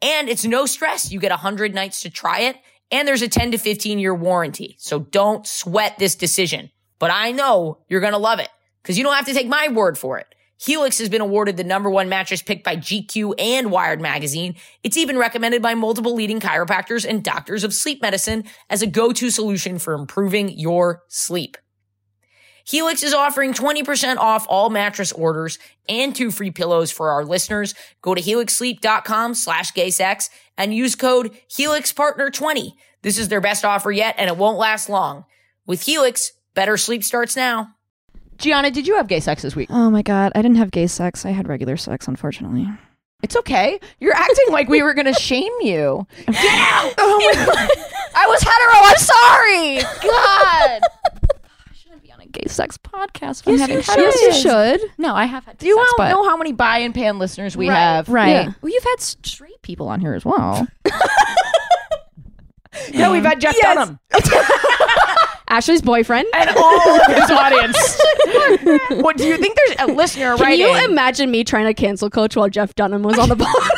S1: And it's no stress. You get 100 nights to try it, and there's a 10 to 15 year warranty. So don't sweat this decision. But I know you're going to love it because you don't have to take my word for it. Helix has been awarded the number one mattress picked by GQ and Wired Magazine. It's even recommended by multiple leading chiropractors and doctors of sleep medicine as a go to solution for improving your sleep. Helix is offering 20% off all mattress orders and two free pillows for our listeners. Go to helixsleep.com slash gaysex and use code HelixPartner20. This is their best offer yet and it won't last long. With Helix, better sleep starts now. Gianna, did you have gay sex this week?
S3: Oh my god, I didn't have gay sex. I had regular sex, unfortunately.
S10: It's okay. You're acting like we were going to shame you. Get out! Oh my God. I was hetero. I'm sorry. God.
S3: Gay sex podcast.
S10: Yes,
S3: I'm having
S10: you
S3: sex.
S10: should.
S4: Yes, you should.
S3: No, I have had.
S10: Do you
S3: sex,
S10: all
S3: but-
S10: know how many buy and pan listeners we
S3: right,
S10: have?
S3: Right.
S4: Yeah.
S3: Well, you've had straight people on here as well.
S10: No, we've had Jeff Dunham
S4: Ashley's boyfriend.
S10: and all of his audience. what do you think? There's a listener
S4: Can
S10: right
S4: you imagine me trying to cancel coach while Jeff Dunham was on the pod?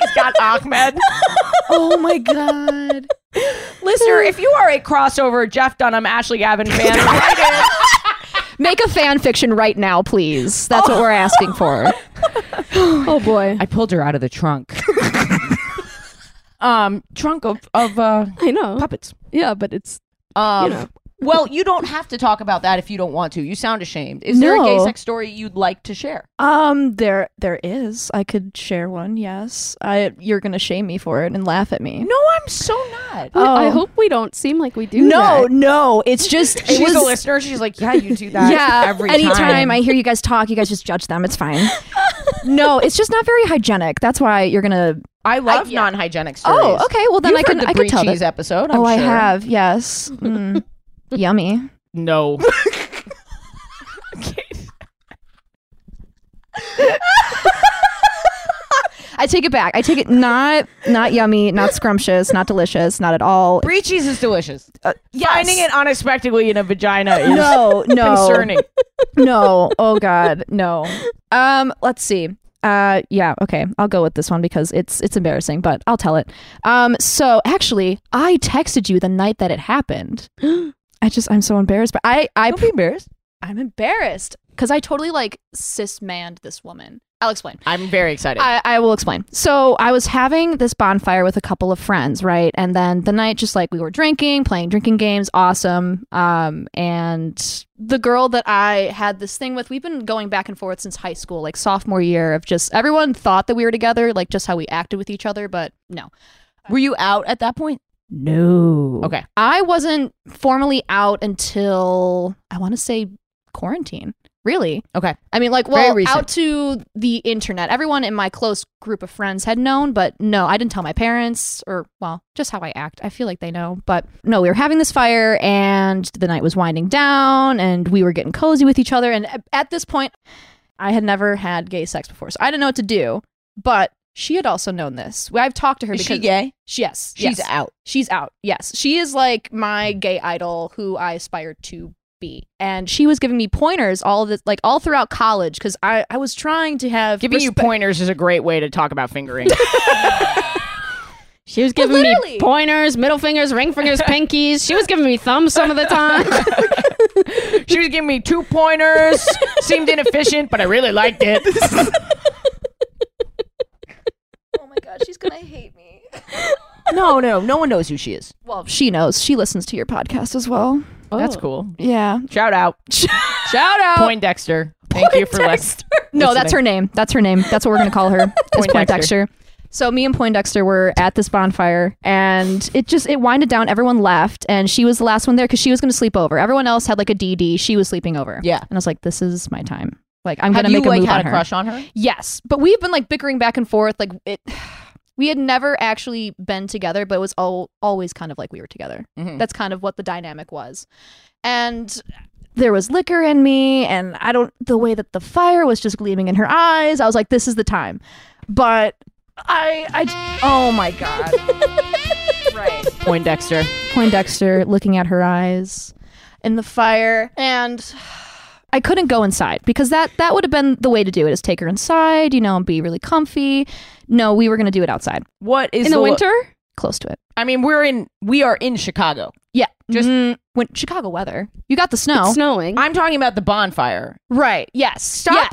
S10: He's got Ahmed.
S3: oh my god.
S10: listener, if you are a crossover Jeff Dunham, Ashley Gavin fan, write in.
S3: Make a fan fiction right now, please. That's what we're asking for.
S4: oh boy,
S10: I pulled her out of the trunk. um, trunk of of uh,
S4: I know.
S10: puppets.
S4: Yeah, but it's
S10: Um,
S4: know.
S10: well, you don't have to talk about that if you don't want to. You sound ashamed. Is there a gay
S3: No.
S10: sex story you'd like to share?
S3: Um, there there is. I could share one. Yes. I you're gonna shame me for it and laugh at me.
S10: No, I'm so not.
S4: I hope we don't seem like we do.
S3: Oh. No,
S4: that.
S3: no. It's just it
S10: She's
S3: was
S10: a listener. She's like, yeah, you do that.
S3: yeah.
S10: every
S3: anytime
S10: time.
S3: I hear you guys talk, you guys just judge them. It's fine. no, it's just not very hygienic. That's why you're gonna.
S10: I love non-hygienic stories.
S3: Oh, okay. Well, then
S10: You've
S3: I can
S10: heard the
S3: I
S10: Brie
S3: could tell
S10: cheese
S3: that.
S10: episode. I'm
S3: Oh, I
S10: sure.
S3: have. Yes. Mm. Yummy.
S10: No.
S3: I take it back. I take it not not yummy, not scrumptious, not delicious, not at all.
S10: Brie cheese is delicious. Finding it unexpectedly in a vagina is
S3: No, no.
S10: concerning.
S3: no. Oh God, no. Um, let's see. Uh, yeah, okay. I'll go with this one because it's it's embarrassing, but I'll tell it. Um, so actually, I texted you the night that it happened. I just I'm so embarrassed, but I I
S10: Don't be embarrassed.
S9: I'm embarrassed because I totally like cis manned this woman. I'll explain.
S10: I'm very excited.
S3: I, I will explain. So I was having this bonfire with a couple of friends, right? And then the night, just like we were drinking, playing drinking games, awesome. Um, and
S9: The girl that I had this thing with, we've been going back and forth since high school, like sophomore year of just everyone thought that we were together, like just how we acted with each other, but no.
S10: Were you out at that point?
S3: no,
S10: Okay.
S3: I wasn't formally out until I want to say quarantine. Really?
S10: Okay.
S3: I mean, like,
S10: Very
S3: well,
S10: recent.
S3: out to the internet. Everyone in my close group of friends had known, but no, I didn't tell my parents or, well, just how I act. I feel like they know. But no, we were having this fire and the night was winding down and we were getting cozy with each other. And a- at this point, I had never had gay sex before. So I didn't know what to do. But she had also known this. I've talked to her because
S10: gay?
S3: she- yes,
S10: She's
S3: yes.
S10: out.
S3: She's out. Yes. She is like my gay idol who I aspire to be. And she was giving me pointers all this like all throughout college cuz I I was trying to have
S10: Giving you
S3: respect-
S10: pointers is a great way to talk about fingering.
S4: She was giving me
S3: literally.
S4: pointers, middle fingers, ring fingers, pinkies. She was giving me thumbs some of the time.
S10: she was giving me two pointers. Seemed inefficient, but I really liked it.
S3: Oh my god, she's going to hate me.
S10: no, no, no one knows who she is.
S3: Well, she knows. She listens to your podcast as well.
S4: Oh,
S10: That's cool.
S3: Yeah.
S10: Shout out.
S3: Shout out.
S10: Poindexter. Thank you for listening.
S3: No, that's her name. That's her name. That's what we're going to call her. It's
S10: Poindexter.
S3: Poindexter. So me and Poindexter were at this bonfire and it just it winded down everyone left and she was the last one there cuz she was going to sleep over. Everyone else had like a DD, she was sleeping over.
S10: Yeah.
S3: And I was like this is my time. Like I'm going
S10: Have
S3: to
S10: you
S3: make a
S10: like
S3: move
S10: had
S3: on
S10: a
S3: her.
S10: crush on her?
S3: Yes, but we've been like bickering back and forth like it we had never actually been together, but it was all, always kind of like we were together.
S10: Mhm.
S3: That's kind of what the dynamic was. And there was liquor in me, and I don't, the way that the fire was just gleaming in her eyes, I was like, this is the time. But I, I, oh my God. right.
S10: Poindexter.
S3: Poindexter looking at her eyes in the fire. And I couldn't go inside because that that would have been the way to do it is take her inside, you know, and be really comfy. No, we were going to do it outside,
S10: What is
S4: in the winter?
S3: close to it.
S10: I mean, we're in we are in Chicago.
S3: Yeah,
S10: Just-
S3: Mm, when Chicago weather. You got the snow.
S4: It's snowing.
S10: I'm talking about the bonfire.
S3: Right. Yes.
S10: Stop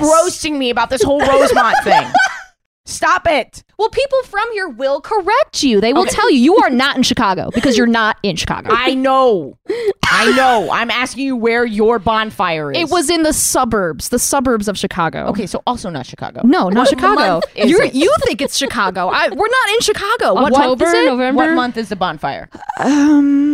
S3: Yes.
S10: roasting me about this whole Rosemont thing. Stop it.
S3: Well, people from here will correct you. They will tell you you are not in Chicago because you're not in Chicago.
S10: I know. I know. I'm asking you where your bonfire is.
S3: it was in the suburbs, the suburbs of Chicago.
S10: Okay, so also not Chicago.
S3: No, not Chicago.
S10: month is
S3: You
S10: it?
S3: you think it's Chicago? I, we're not in Chicago. What month
S4: October,
S3: is it?
S4: November.
S10: What month is the bonfire?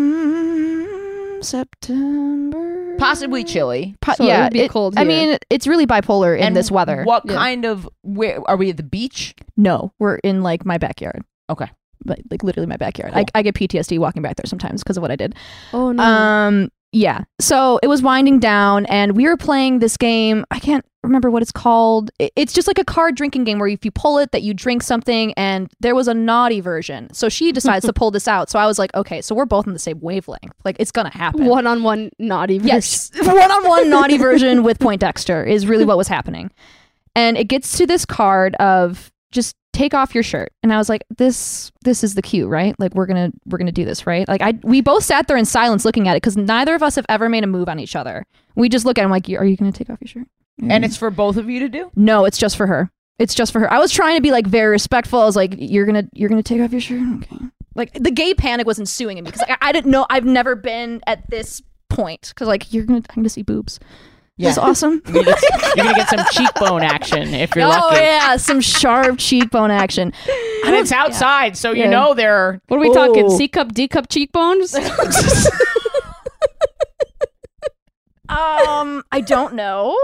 S3: Um, September.
S10: Possibly chilly.
S3: Po-
S4: So it
S3: yeah,
S4: would be cold
S3: I
S4: here.
S3: mean, it's really bipolar in this weather.
S10: What kind of where are we at the beach?
S3: No, we're in like my backyard.
S10: Okay.
S3: Like, like literally my backyard.
S10: Cool.
S3: I, I get PTSD walking back there sometimes because of what I did.
S4: oh no.
S3: Um, yeah. So it was winding down, and we were playing this game. I can't remember what it's called. I- It's just like a card drinking game where if you pull it, that you drink something. And there was a naughty version, so she decides to pull this out. So I was like, okay, so we're both on the same wavelength. Like it's gonna happen.
S4: one on one naughty.
S3: Yes, one on one naughty version with Poindexter is really what was happening. And it gets to this card of just take off your shirt. And I was like, this this is the cue, right? Like we're gonna we're gonna do this, right? Like I we both sat there in silence looking at it because neither of us have ever made a move on each other. We just look at him like, are you gonna take off your shirt?
S10: And it's for both of you to do?
S3: No, it's just for her. It's just for her. I was trying to be like very respectful. I was like, "You're gonna, you're gonna take off your shirt." Okay. Like the gay panic was ensuing in me because I, I didn't know. I've never been at this point because like you're gonna, I'm gonna see boobs. Yeah. That's awesome.
S10: You're gonna, get, you're gonna get some cheekbone action if you're
S3: Oh
S10: lucky.
S3: yeah, some sharp cheekbone action.
S10: And it's outside, so you
S4: Yeah.
S10: know they're
S4: What are we talking?
S3: Oh.
S4: C cup, D cup, cheekbones.
S3: Um, I don't know,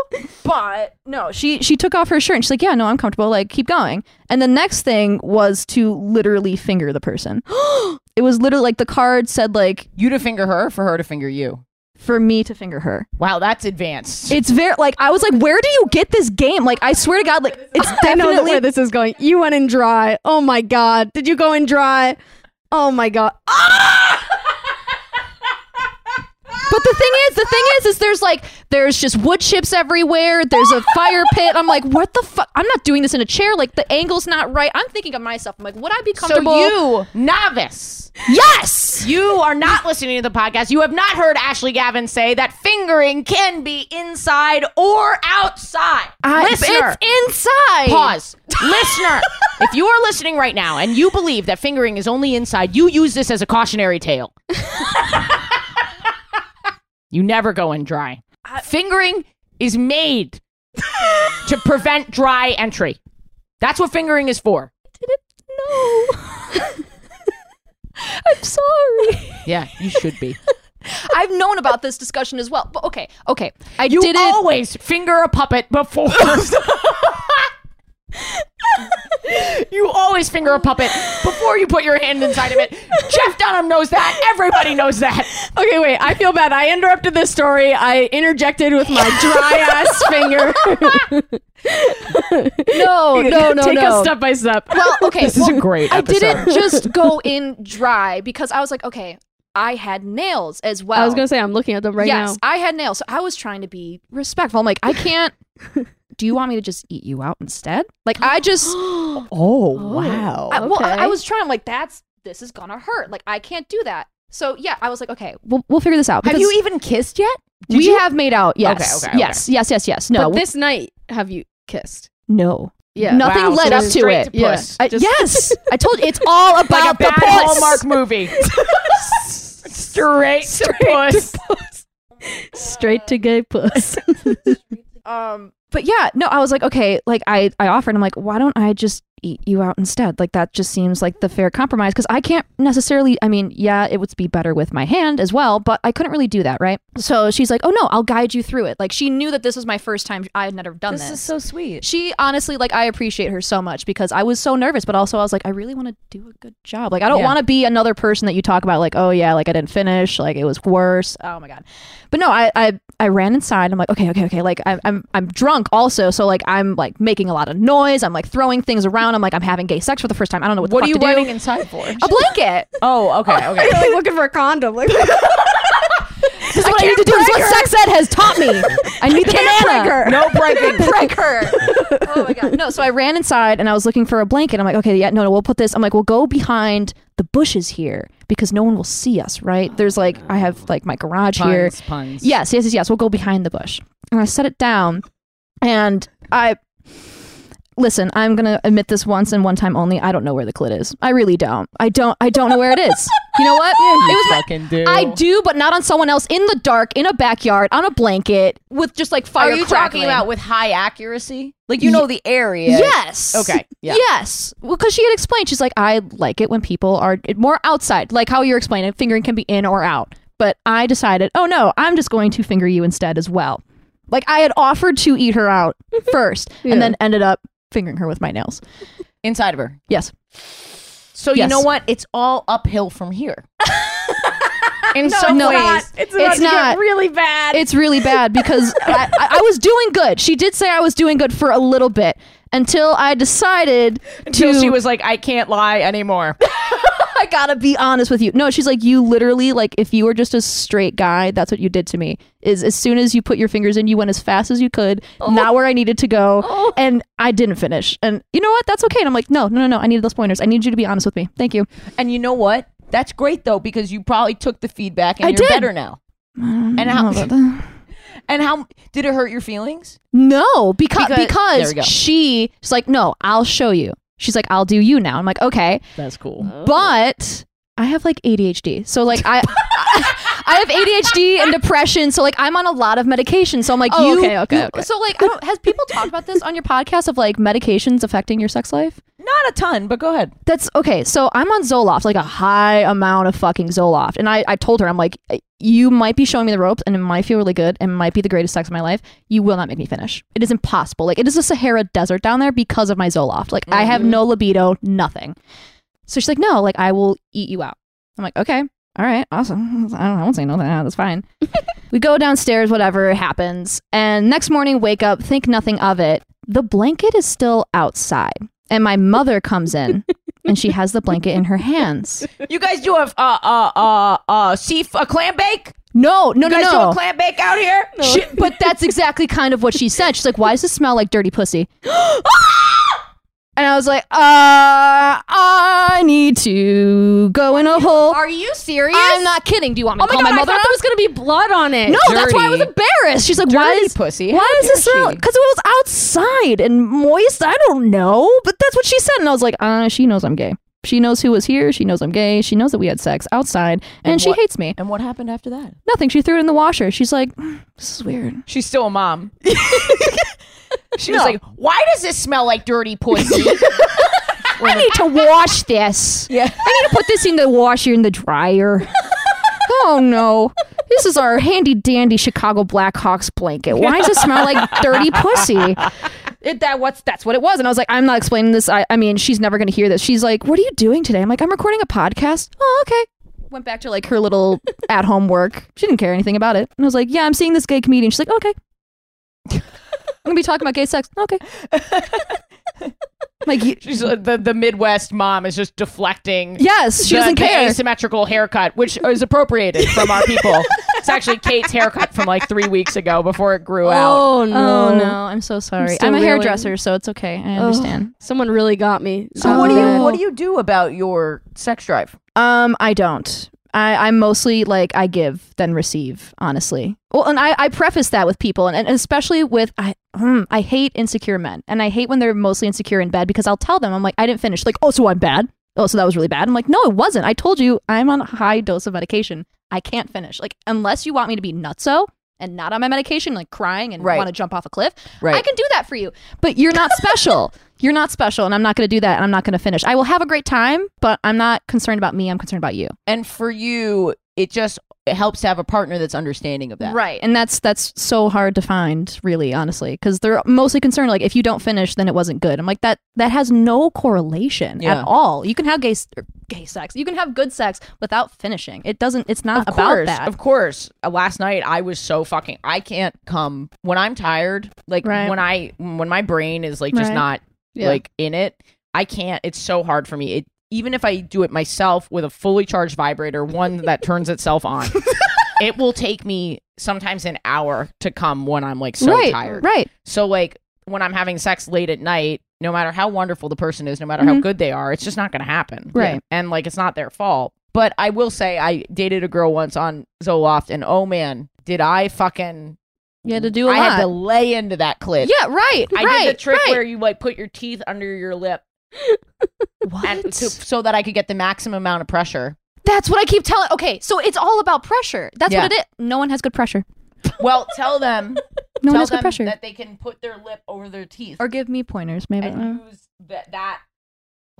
S3: but no, she she took off her shirt and she's like, "Yeah, no, I'm comfortable. Like, keep going." And the next thing was to literally finger the person. it was literally like the card said like
S10: you to finger her for her to finger you.
S3: for me to finger her.
S10: Wow, that's advanced.
S3: It's very like I was like, where do you get this game? Like I swear to God, like it's
S4: I know that where
S3: definitely
S4: this is going. You went in dry. Oh my god. Did you go in dry? Oh my god. Ah!
S3: But the thing is, the thing is, is there's like there's just wood chips everywhere. There's a fire pit. I'm like, what the fuck? I'm not doing this in a chair. Like the angle's not right. I'm thinking of myself. I'm like, would I be comfortable?
S10: So you, novice,
S3: yes.
S10: you are not listening to the podcast. You have not heard Ashley Gavin say that fingering can be inside or outside. Listener,
S3: it's inside.
S10: pause. Listener, if you are listening right now and you believe that fingering is only inside, you use this as a cautionary tale. you never go in dry. Fingering is made to prevent dry entry. That's what fingering is for.
S3: No. I'm sorry.
S10: Yeah, you should be.
S3: I've known about this discussion as well. But okay, okay. I
S10: You
S3: did it.
S10: always finger a puppet before. you always finger a puppet before you put your hand inside of it. Jeff Dunham knows that. Everybody knows that.
S4: Okay, wait. I feel bad. I interrupted this story. I interjected with my dry ass finger.
S3: no, no, no,
S4: Take
S3: no.
S4: us step by step.
S3: well, okay.
S10: This is a great
S3: I
S10: episode.
S3: didn't just go in dry because I was like, okay, I had nails as well.
S4: I was gonna say I'm looking at them right
S3: yes, I had nails, so I was trying to be respectful. I'm like, I can't. Do you want me to just eat you out instead? Like, I just.
S4: now.
S10: Oh, wow.
S3: I, well, I, I
S4: okay.
S3: was trying. I'm like, that's this is gonna hurt. Like, I can't do that. So yeah, I was like, okay, we'll we'll figure this out.
S10: Have
S3: because
S10: you even kissed yet? Did
S3: we
S10: you?
S3: have made out. Yes.
S10: Okay, okay, okay.
S3: Yes. Yes. Yes. Yes. No.
S4: But this night, have you kissed?
S3: no.
S4: Yeah.
S3: Nothing
S10: Wow,
S3: led
S10: so
S3: up to
S10: straight
S3: it.
S10: to puss.
S3: I-
S4: Just-
S3: yes. I told you it's all
S10: like a
S3: about
S10: bad
S3: the puss.
S10: Hallmark movie. Straight, to puss.
S4: Straight to gay puss.
S3: um but yeah no i was like okay like i i offered i'm like why don't i just eat you out instead like that just seems like the fair compromise because i can't necessarily i mean yeah it would be better with my hand as well but i couldn't really do that right so she's like oh no i'll guide you through it like she knew that this was my first time i had never done this,
S11: sweet.
S3: she honestly like i appreciate her so much because i was so nervous but also i was like i really want to do a good job like i don't
S10: Yeah.
S3: want to be another person that you talk about like oh yeah like i didn't finish like it was worse oh my god but no i i, I ran inside i'm like okay okay okay like I, i'm i'm drunk also so like i'm like making a lot of noise i'm like throwing things around i'm like i'm having gay sex for the first time i don't know what, the
S10: What are
S3: fuck to
S10: you
S3: do.
S10: writing inside for?
S3: a blanket
S10: Oh, okay, okay.
S4: like looking for a condom. Like, This is what I, need to do. This is what sex ed has taught me. I need the banana.
S1: No breaking.
S10: Prank her.
S3: oh my god. No, so I ran inside and I was looking for a blanket. I'm like, okay, yeah, no, no, we'll put this. I'm like, we'll go behind the bushes here because no one will see us, right? There's like I have like my garage here.
S1: Puns, puns.
S3: Yes, yes, yes, yes. We'll go behind the bush. And I set it down and I listen, I'm gonna admit this once and one time only. I don't know where the clit is. I really don't. I don't I don't know where it is. You know what? it
S1: You
S3: was my-
S1: fucking do.
S3: I do, but not on someone else in the dark, in a backyard, on a blanket, with just like fire.
S10: Are you talking
S3: crackling.
S10: about with high accuracy? Like you know the area.
S3: Yes.
S10: Okay, yeah.
S3: Yes. Well, because she had explained, she's like, I like it when people are more outside, like how you're explaining. Fingering can be in or out, but I decided, oh no, I'm just going to finger you instead as well. Like I had offered to eat her out first, and then ended up fingering her with my nails.
S10: Inside of her.
S3: Yes.
S10: So you
S3: Yes.
S10: know what? It's all uphill from here. In some
S3: no.
S10: ways.
S1: It's
S3: about It's to get not.
S1: really bad.
S3: It's really bad because I, I, I was doing good. She did say I was doing good for a little bit until I decided to.
S1: Until she was like, I can't lie anymore.
S3: I gotta be honest with you. No, she's like, you literally, like, if you were just a straight guy, that's what you did to me. Is as soon as you put your fingers in, you went as fast as you could,
S10: Oh.
S3: not where I needed to go, and I didn't finish. And you know what? That's okay. And I'm like, no, no, no, no. I needed those pointers. I need you to be honest with me. Thank you.
S10: And you know what? That's great though because you probably took the feedback and
S3: I
S10: you're
S3: did.
S10: better now. And how
S3: about that.
S10: and how did it hurt your feelings?
S3: No, because
S10: Because- There
S3: because,
S10: we go.
S3: she she's like, no, I'll show you. She's like, I'll do you now. I'm like, okay.
S1: That's cool.
S3: but I have like ADHD. So like I I have ADHD and depression. So like I'm on a lot of medication. So I'm like Oh, you okay, okay, you- okay. So like I don't, has people talked about this on your podcast of like medications affecting your sex life?
S10: Not a ton, but go ahead.
S3: That's okay. So I'm on Zoloft, like a high amount of fucking Zoloft. And I, I told her, I'm like, "Eh, you might be showing me the ropes and it might feel really good and might be the greatest sex of my life. You will not make me finish. It is impossible. Like, it is a Sahara desert down there because of my Zoloft. Like, I have no libido, nothing. So she's like, no, like, I will eat you out. I'm like, okay. All right, awesome. I don't I won't say no to that. That's fine. we go downstairs, whatever happens. And next morning, wake up, think nothing of it. The blanket is still outside. And my mother comes in and she has the blanket in her hands.
S1: You guys do a uh uh uh uh see a clam bake?
S3: No, no,
S1: You
S3: no,
S1: guys do
S3: no.
S1: a clam bake out here?
S3: She- but that's exactly kind of what she said. She's like, "Why does this smell like dirty pussy?" and I was like, "Uh, I need to go in a hole."
S4: Are you serious? Oh
S3: I'm not kidding. Do you want me to call my mother?
S4: I thought
S3: up?
S4: there was gonna be blood on it.
S3: no, that's why I was embarrassed. She's like, "Why
S10: Dirty
S3: is
S10: pussy. How
S3: Why does
S10: dare
S3: this smell?
S10: she?
S3: Because it was outside and moist. I don't know, but that's what she said. And I was like, "Ah, she knows I'm gay. She knows who was here. She knows I'm gay. She knows that we had sex outside, and, she
S10: what-
S3: hates me."
S10: And what happened after that?
S3: Nothing. She threw it in the washer. She's like, "Mm, this is weird.
S1: She's still a mom. she was
S10: No.
S1: like, Why does this smell like dirty pussy?
S3: I need to wash this. Yeah. I need to put this in the washer in the dryer. oh no. This is our handy dandy Chicago Blackhawks blanket. Why does it smell like dirty pussy? It, that what's that's what it was, and I was like, I'm not explaining this. I, I mean, she's never going to hear this. She's like, "What are you doing today?" I'm like, "I'm recording a podcast." Oh, okay. Went back to like her little at home work. She didn't care anything about it, and I was like, "Yeah, I'm seeing this gay comedian." She's like, "Okay." I'm gonna be talking about gay sex. Okay. like you,
S1: She's uh, the the Midwest mom is just deflecting.
S3: Yes, she
S1: the-
S3: doesn't
S1: the
S3: care.
S1: asymmetrical haircut, which is appropriated from our people. It's actually Kate's haircut from like three weeks ago before it grew out.
S4: Oh no.
S3: Oh no, I'm so sorry.
S4: still
S3: I'm, a
S4: reeling.
S3: hairdresser, so it's okay. I understand.
S4: Someone really got me.
S10: So what do
S3: Oh.
S10: you what do you do about your sex drive?
S3: Um, I don't. I, I'm mostly like I give than receive, honestly. Well, and I, I preface that with people, and, and especially with I mm, I hate insecure men, and I hate when they're mostly insecure in bed because I'll tell them I'm like I didn't finish, like oh so I'm bad, oh so that was really bad. I'm like no it wasn't. I told you I'm on a high dose of medication. I can't finish. Like unless you want me to be nutso and not on my medication, like crying and
S10: Right.
S3: want to jump off a cliff,
S10: Right.
S3: I can do that for you. But you're not special. you're not special, and I'm not going to do that, and I'm not going to finish. I will have a great time, but I'm not concerned about me. I'm concerned about you.
S10: And for you, it just it helps to have a partner that's understanding of that.
S3: Right. And that's that's so hard to find, really, honestly, because they're mostly concerned like if you don't finish, then it wasn't good. I'm like that that has no correlation
S10: Yeah.
S3: at all. You can have gay s- or gay sex, you can have good sex without finishing. It doesn't. It's not
S10: Of
S3: about
S10: course,
S3: that.
S10: Of course. Uh, Last night I was so fucking I can't come when I'm tired, like
S3: Right.
S10: when I when my brain is like just
S3: Right.
S10: not
S4: Yeah.
S10: like in it, I can't it's so hard for me. It even if I do it myself with a fully charged vibrator, one that turns itself on. it will take me sometimes an hour to come when I'm like so
S3: right,
S10: tired.
S3: right.
S10: So like when I'm having sex late at night, no matter how wonderful the person is, no matter how good they are, it's just not going to happen.
S3: Mm-hmm. Right.
S10: And like it's not their fault. But I will say I dated a girl once on Zoloft and oh man, did I fucking
S4: You had to do a
S10: I
S4: lot.
S10: had to lay into that clit.
S3: Yeah, right,
S10: I
S3: right.
S10: did the trick
S3: right.
S10: where you like put your teeth under your lip and
S3: What?
S10: to, so that I could get the maximum amount of pressure.
S3: That's what I keep telling. Okay, so it's all about pressure. That's
S10: Yeah.
S3: what it is. No one has good pressure.
S10: Well, tell them
S3: No one
S10: tell
S3: has
S10: them
S3: good pressure.
S10: that they can put their lip over their teeth
S3: or give me pointers, maybe.
S10: and use that that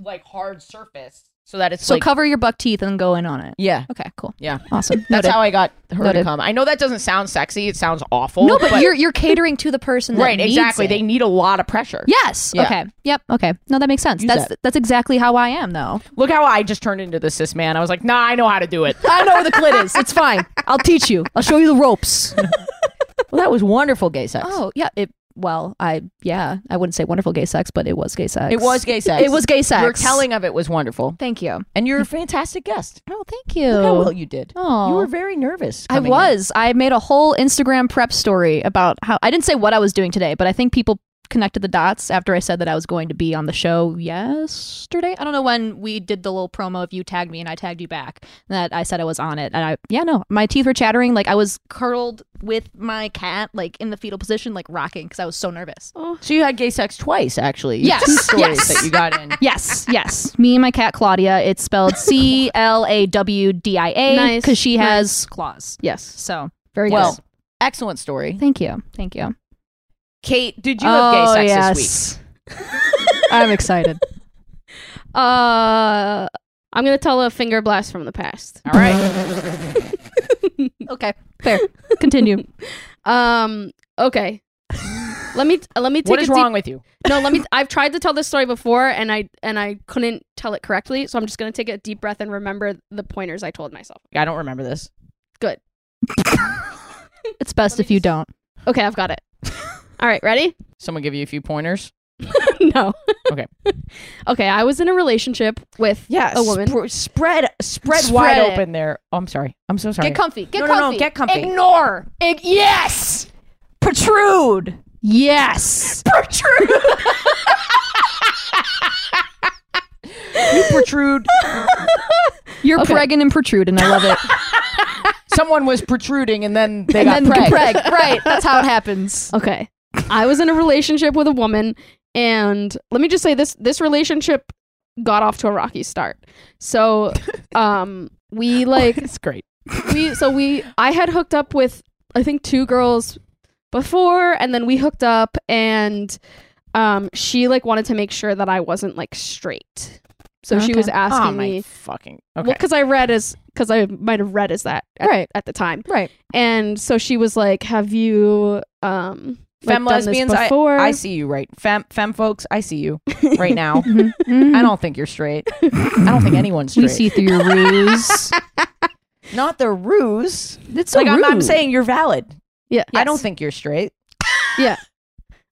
S10: like hard surface so that it's
S3: so
S10: like
S3: cover your buck teeth and go in on it.
S10: yeah.
S3: Okay, cool.
S10: Yeah.
S3: Awesome.
S10: That's
S3: Noted.
S10: how I got her to
S3: Noted.
S10: come. I know that doesn't sound sexy. It sounds awful.
S3: no, but, you're you're catering to the person. That
S10: right.
S3: needs
S10: Exactly.
S3: it.
S10: They need a lot of pressure.
S3: Yes.
S10: Yeah.
S3: Okay. Yep. Okay. No, that makes sense.
S10: Use
S3: that's that's exactly how I am, though.
S10: Look how I just turned into the cis man. I was like, nah, I know how to do it.
S3: I know where the clit is. It's fine. I'll teach you. I'll show you the ropes.
S10: well, that was wonderful gay sex.
S3: Oh yeah. It. Well, I yeah. I wouldn't say wonderful gay sex, but it was gay sex.
S10: It was gay sex.
S3: It was gay sex.
S10: Your telling of it was wonderful.
S3: Thank you.
S10: And you're a fantastic guest.
S3: Oh, thank you.
S10: Look how well you did.
S3: Aw.
S10: You were very nervous.
S3: I
S10: coming in.
S3: was. I made a whole Instagram prep story about how I didn't say what I was doing today, but I think people connected the dots after I said that I was going to be on the show yesterday. I don't know when we did the little promo of you tagged me and I tagged you back that I said I was on it. And I yeah, no. My teeth were chattering like I was curled with my cat like in the fetal position like rocking cuz I was so nervous.
S10: So you had gay sex twice, actually. You had
S3: Yes.
S10: Two stories
S3: Yes.
S10: that you got in.
S3: Yes, yes. Me and my cat Claudia, it's spelled C L A W D I A
S4: Nice,
S3: cuz she has claws.
S4: yes.
S3: So, very
S10: well,
S3: good.
S10: excellent story. Oh,
S3: Thank you. Thank you.
S10: Kate, did you have gay sex this week?
S3: Oh, I'm excited.
S4: Uh, I'm gonna tell a finger blast from the past.
S10: All right.
S3: Okay, fair. Continue.
S4: Um, okay. let me let me take
S10: what
S4: a
S10: is
S4: deep-
S10: wrong with you?
S4: No, let me. I've tried to tell this story before, and I and I couldn't tell it correctly. So I'm just gonna take a deep breath and remember the pointers I told myself.
S10: I don't remember this.
S3: It's best if you don't.
S4: Okay, I've got it. All right, ready?
S10: Someone give you a few pointers.
S4: no.
S10: Okay.
S4: okay, I was in a relationship with
S10: Yeah,
S4: a woman.
S10: spr- spread, spread,
S4: Spread
S10: wide
S4: it.
S10: open there. Oh, I'm sorry. I'm so sorry.
S4: get comfy. Get
S10: no,
S4: comfy.
S10: no, no. Get comfy.
S12: Ignore. Ig- yes. Protrude.
S3: Yes.
S10: You protrude.
S3: You're
S4: Okay.
S3: pregging and protruding. I love it.
S10: Someone was protruding, and then they got
S3: and then
S10: preg.
S3: preg. Right. That's how it happens.
S4: Okay. I was in a relationship with a woman and let me just say this this relationship got off to a rocky start. So um we like
S10: It's great.
S4: we so we I had hooked up with I think two girls before and then we hooked up and um she like wanted to make sure that I wasn't like straight. So she
S3: Okay.
S4: was asking
S10: oh my
S4: me
S10: fucking.
S4: well,
S10: Okay.
S4: 'cause because I read as because I might have read as that at,
S3: Right.
S4: at the time.
S3: Right.
S4: And so she was like, "Have you um like,
S10: Femme
S4: done this
S10: lesbians, I,
S4: before?"
S10: I see you right. Femme, femme folks, I see you right now. I don't think you're straight. I don't think anyone's straight.
S3: We see through your ruse.
S10: Not the ruse.
S3: It's
S10: like I'm, I'm saying you're valid.
S4: Yeah.
S10: I don't think you're straight.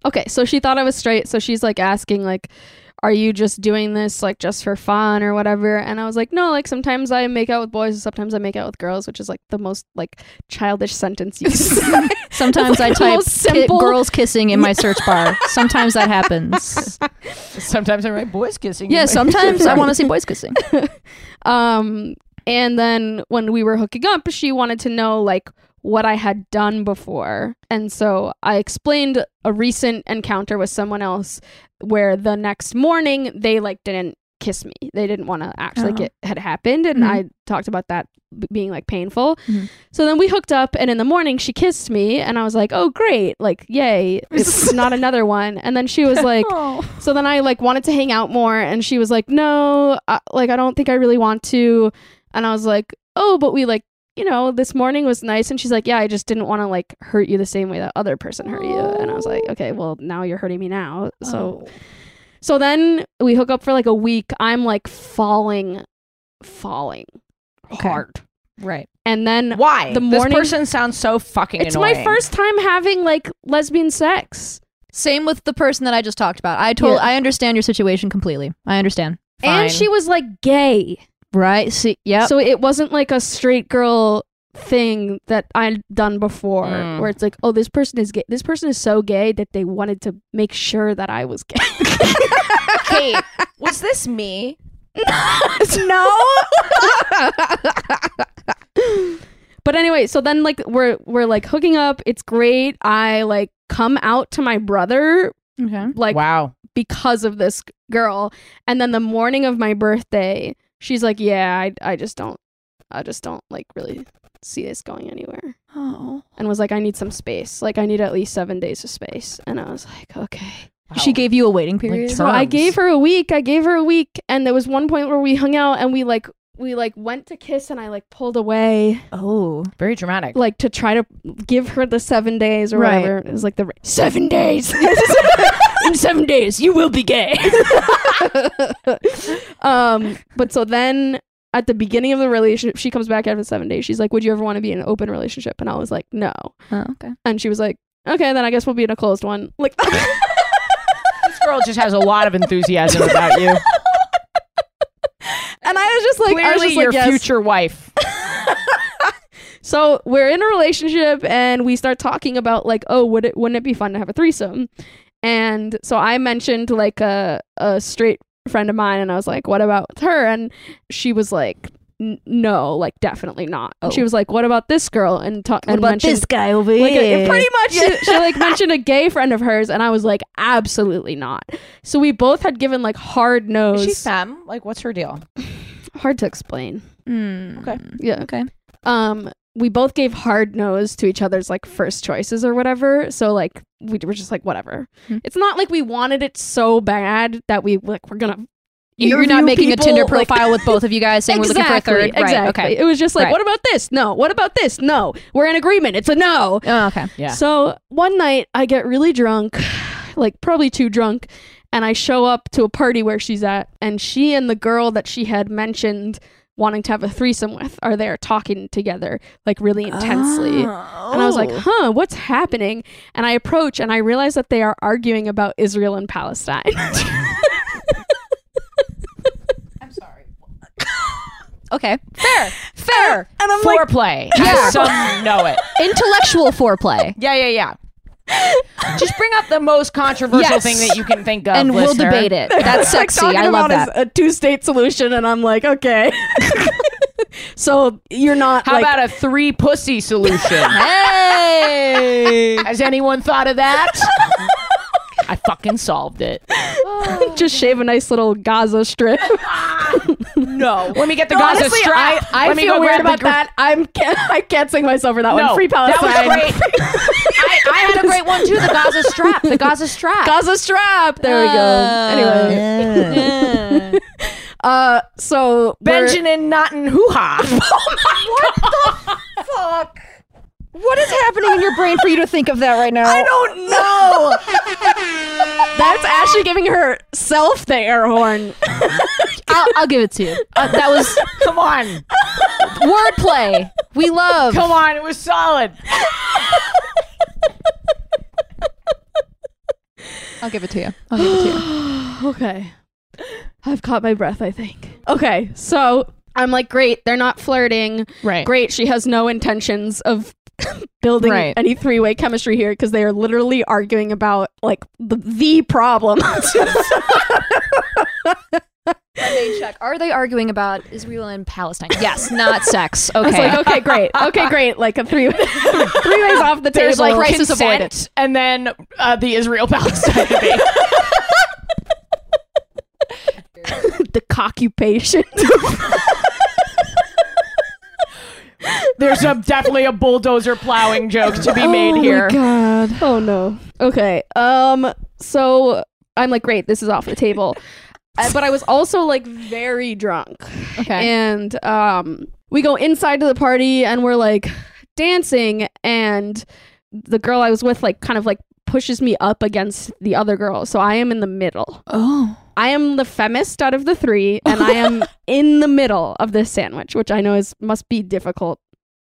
S4: Okay, so she thought I was straight, so she's like asking like are you just doing this like just for fun or whatever? And I was like, no, like sometimes I make out with boys, and sometimes I make out with girls, which is like the most like childish sentence you can say.
S3: Sometimes I
S4: It's the
S3: type
S4: most
S3: ki-
S4: simple-
S3: girls kissing in my search bar. Sometimes that happens.
S10: Sometimes I write boys kissing.
S3: Yeah, sometimes I want to see boys kissing.
S4: um and then when we were hooking up, she wanted to know like what I had done before. And so I explained a recent encounter with someone else where the next morning they like didn't kiss me. They didn't want to act like
S3: Oh.
S4: it had happened and
S3: Mhm.
S4: I talked about that b- being like painful.
S3: Mhm.
S4: So then we hooked up and in the morning she kissed me and I was like, "Oh great. Like yay. It's not another one." And then she was like,
S3: Oh.
S4: so then I like wanted to hang out more, and she was like, "No, I, like I don't think I really want to." And I was like, "Oh, but we like, you know, this morning was nice." And she's like, "Yeah, I just didn't want to like hurt you the same way that other person hurt you." And I was like, "Okay, well now you're hurting me now." So, so then we hook up for like a week. I'm like falling, falling hard,
S3: Right.
S4: and then
S10: Why?
S4: The morning-
S10: this person sounds so fucking
S4: it's
S10: annoying.
S4: my first time having like lesbian sex.
S3: Same with the person that I just talked about. I told
S4: Yeah.
S3: I understand your situation completely. I understand.
S4: And she was like gay.
S3: Right. See, yeah.
S4: So it wasn't like a straight girl thing that I'd done before
S1: Mm.
S4: where it's like, oh, this person is gay. This person is so gay that they wanted to make sure that I was gay.
S1: Kate, was this me?
S4: no. but anyway, so then like we're we're like hooking up. It's great. I like come out to my brother
S3: Okay.
S4: like
S1: wow.
S4: because of this g- girl. And then the morning of my birthday, she's like, "Yeah, I I just don't I just don't like really see this going anywhere."
S3: Oh.
S4: And was like, "I need some space. Like I need at least 7 days of space." And I was like, "Okay."
S3: She gave you a waiting period.
S4: So I gave her a week. I gave her a week, and there was one point where we hung out and we like we like went to kiss and I like pulled away
S3: oh.
S1: very dramatic.
S4: like to try to give her the 7 days or
S3: Right.
S4: whatever. It was like the 7 days. In 7 days you will be gay. um but so then at the beginning of the relationship she comes back after 7 days. She's like, "Would you ever want to be in an open relationship?" And I was like, "No."
S3: Oh, okay.
S4: And she was like, "Okay, then I guess we'll be in a closed one." Like
S1: This girl just has a lot of enthusiasm about you.
S4: And I was just like, I was
S1: Clearly, your
S4: just like, yes.
S1: future wife.
S4: So we're in a relationship and we start talking about like, oh, would it wouldn't it be fun to have a threesome? And so I mentioned like a a straight friend of mine and I was like, what about her? And she was like, "N- no, like definitely not. And She was like, what about this girl? And ta- and mentioned
S3: guy over
S4: like a, pretty much she, she like mentioned a gay friend of hers and I was like, absolutely not. So we both had given like hard
S10: Is
S4: nose.
S10: she femme? Like, what's her deal?
S4: hard to explain.
S3: Mm.
S10: Okay.
S4: Yeah.
S3: Okay.
S4: um we both gave hard nose to each other's like first choices or whatever so like we were just like whatever
S3: Hmm.
S4: it's not like we wanted it so bad that we like we're gonna
S3: You're not
S4: interview
S3: making
S4: people,
S3: a Tinder
S4: like-
S3: profile with both of you guys saying we're looking for a third.
S4: exactly
S3: Right. Okay.
S4: it was just like
S3: Right.
S4: what about this no what about this no we're in agreement it's a no
S3: Oh, okay.
S1: Yeah.
S4: so one night I get really drunk, like probably too drunk, and I show up to a party where she's at, and she and the girl that she had mentioned wanting to have a threesome with are there talking together, like really intensely. And I was like, huh, what's happening? And I approach and I realize that they are arguing about Israel and Palestine.
S3: Okay.
S10: Fair.
S1: Foreplay. As some know it.
S3: Intellectual foreplay.
S1: Yeah, yeah, yeah. Just bring up the most controversial
S3: Yes.
S1: thing that you can think of,
S3: and we'll
S1: listener.
S3: debate it. That's sexy. I love that.
S4: a two state solution, and I'm like, okay. so you're not
S1: How about a three pussy solution?
S3: hey.
S1: Has anyone thought of that? I fucking solved it.
S4: just shave a nice little Gaza strip.
S1: No. Let me get the Gaza strap.
S4: I,
S1: Let me
S4: feel
S1: go
S4: weird
S1: grab the
S4: about
S1: gr-
S4: that. I'm can't, I can't sing myself for that one. Free Palestine.
S1: That was great. I, I had a great one too. The Gaza Strap. The Gaza Strap.
S4: Gaza strap. There we
S3: Ah.
S4: go. Anyway, uh, so we're-
S1: Benjamin Notton hoo ha.
S10: Oh What is happening in your brain for you to think of that right now? I don't.
S4: that's Ashley giving herself the air horn.
S3: I'll, I'll give it to you. Uh, that was
S1: Come on.
S3: wordplay. We love.
S1: Come on. It was solid.
S3: I'll give it to you. I'll give it to you.
S4: okay, I've caught my breath. I think. Okay, so I'm like, great. They're not flirting.
S1: Right.
S4: Great. She has no intentions of. building
S1: Right.
S4: any three-way chemistry here because they are literally arguing about like the, the problem
S3: Check. Are they arguing about Israel and Palestine? Yes, not sex. Okay.
S4: It's like, okay, great. Okay, great. Like a three three ways off the table.
S3: There's like crisis
S1: Consent,
S3: avoided.
S1: And then uh, the Israel Palestine debate.
S4: the coccupation.
S1: There's a, definitely a bulldozer plowing joke to be
S10: Oh
S1: made here.
S4: God. Oh no. Okay. Um so I'm like, great, this is off the table. Uh, but I was also like very drunk.
S3: Okay.
S4: And um we go inside to the party and we're like dancing and the girl I was with like kind of like pushes me up against the other girl. So I am in the middle.
S3: oh.
S4: I am the femist out of the three, and I am in the middle of this sandwich, which I know is must be difficult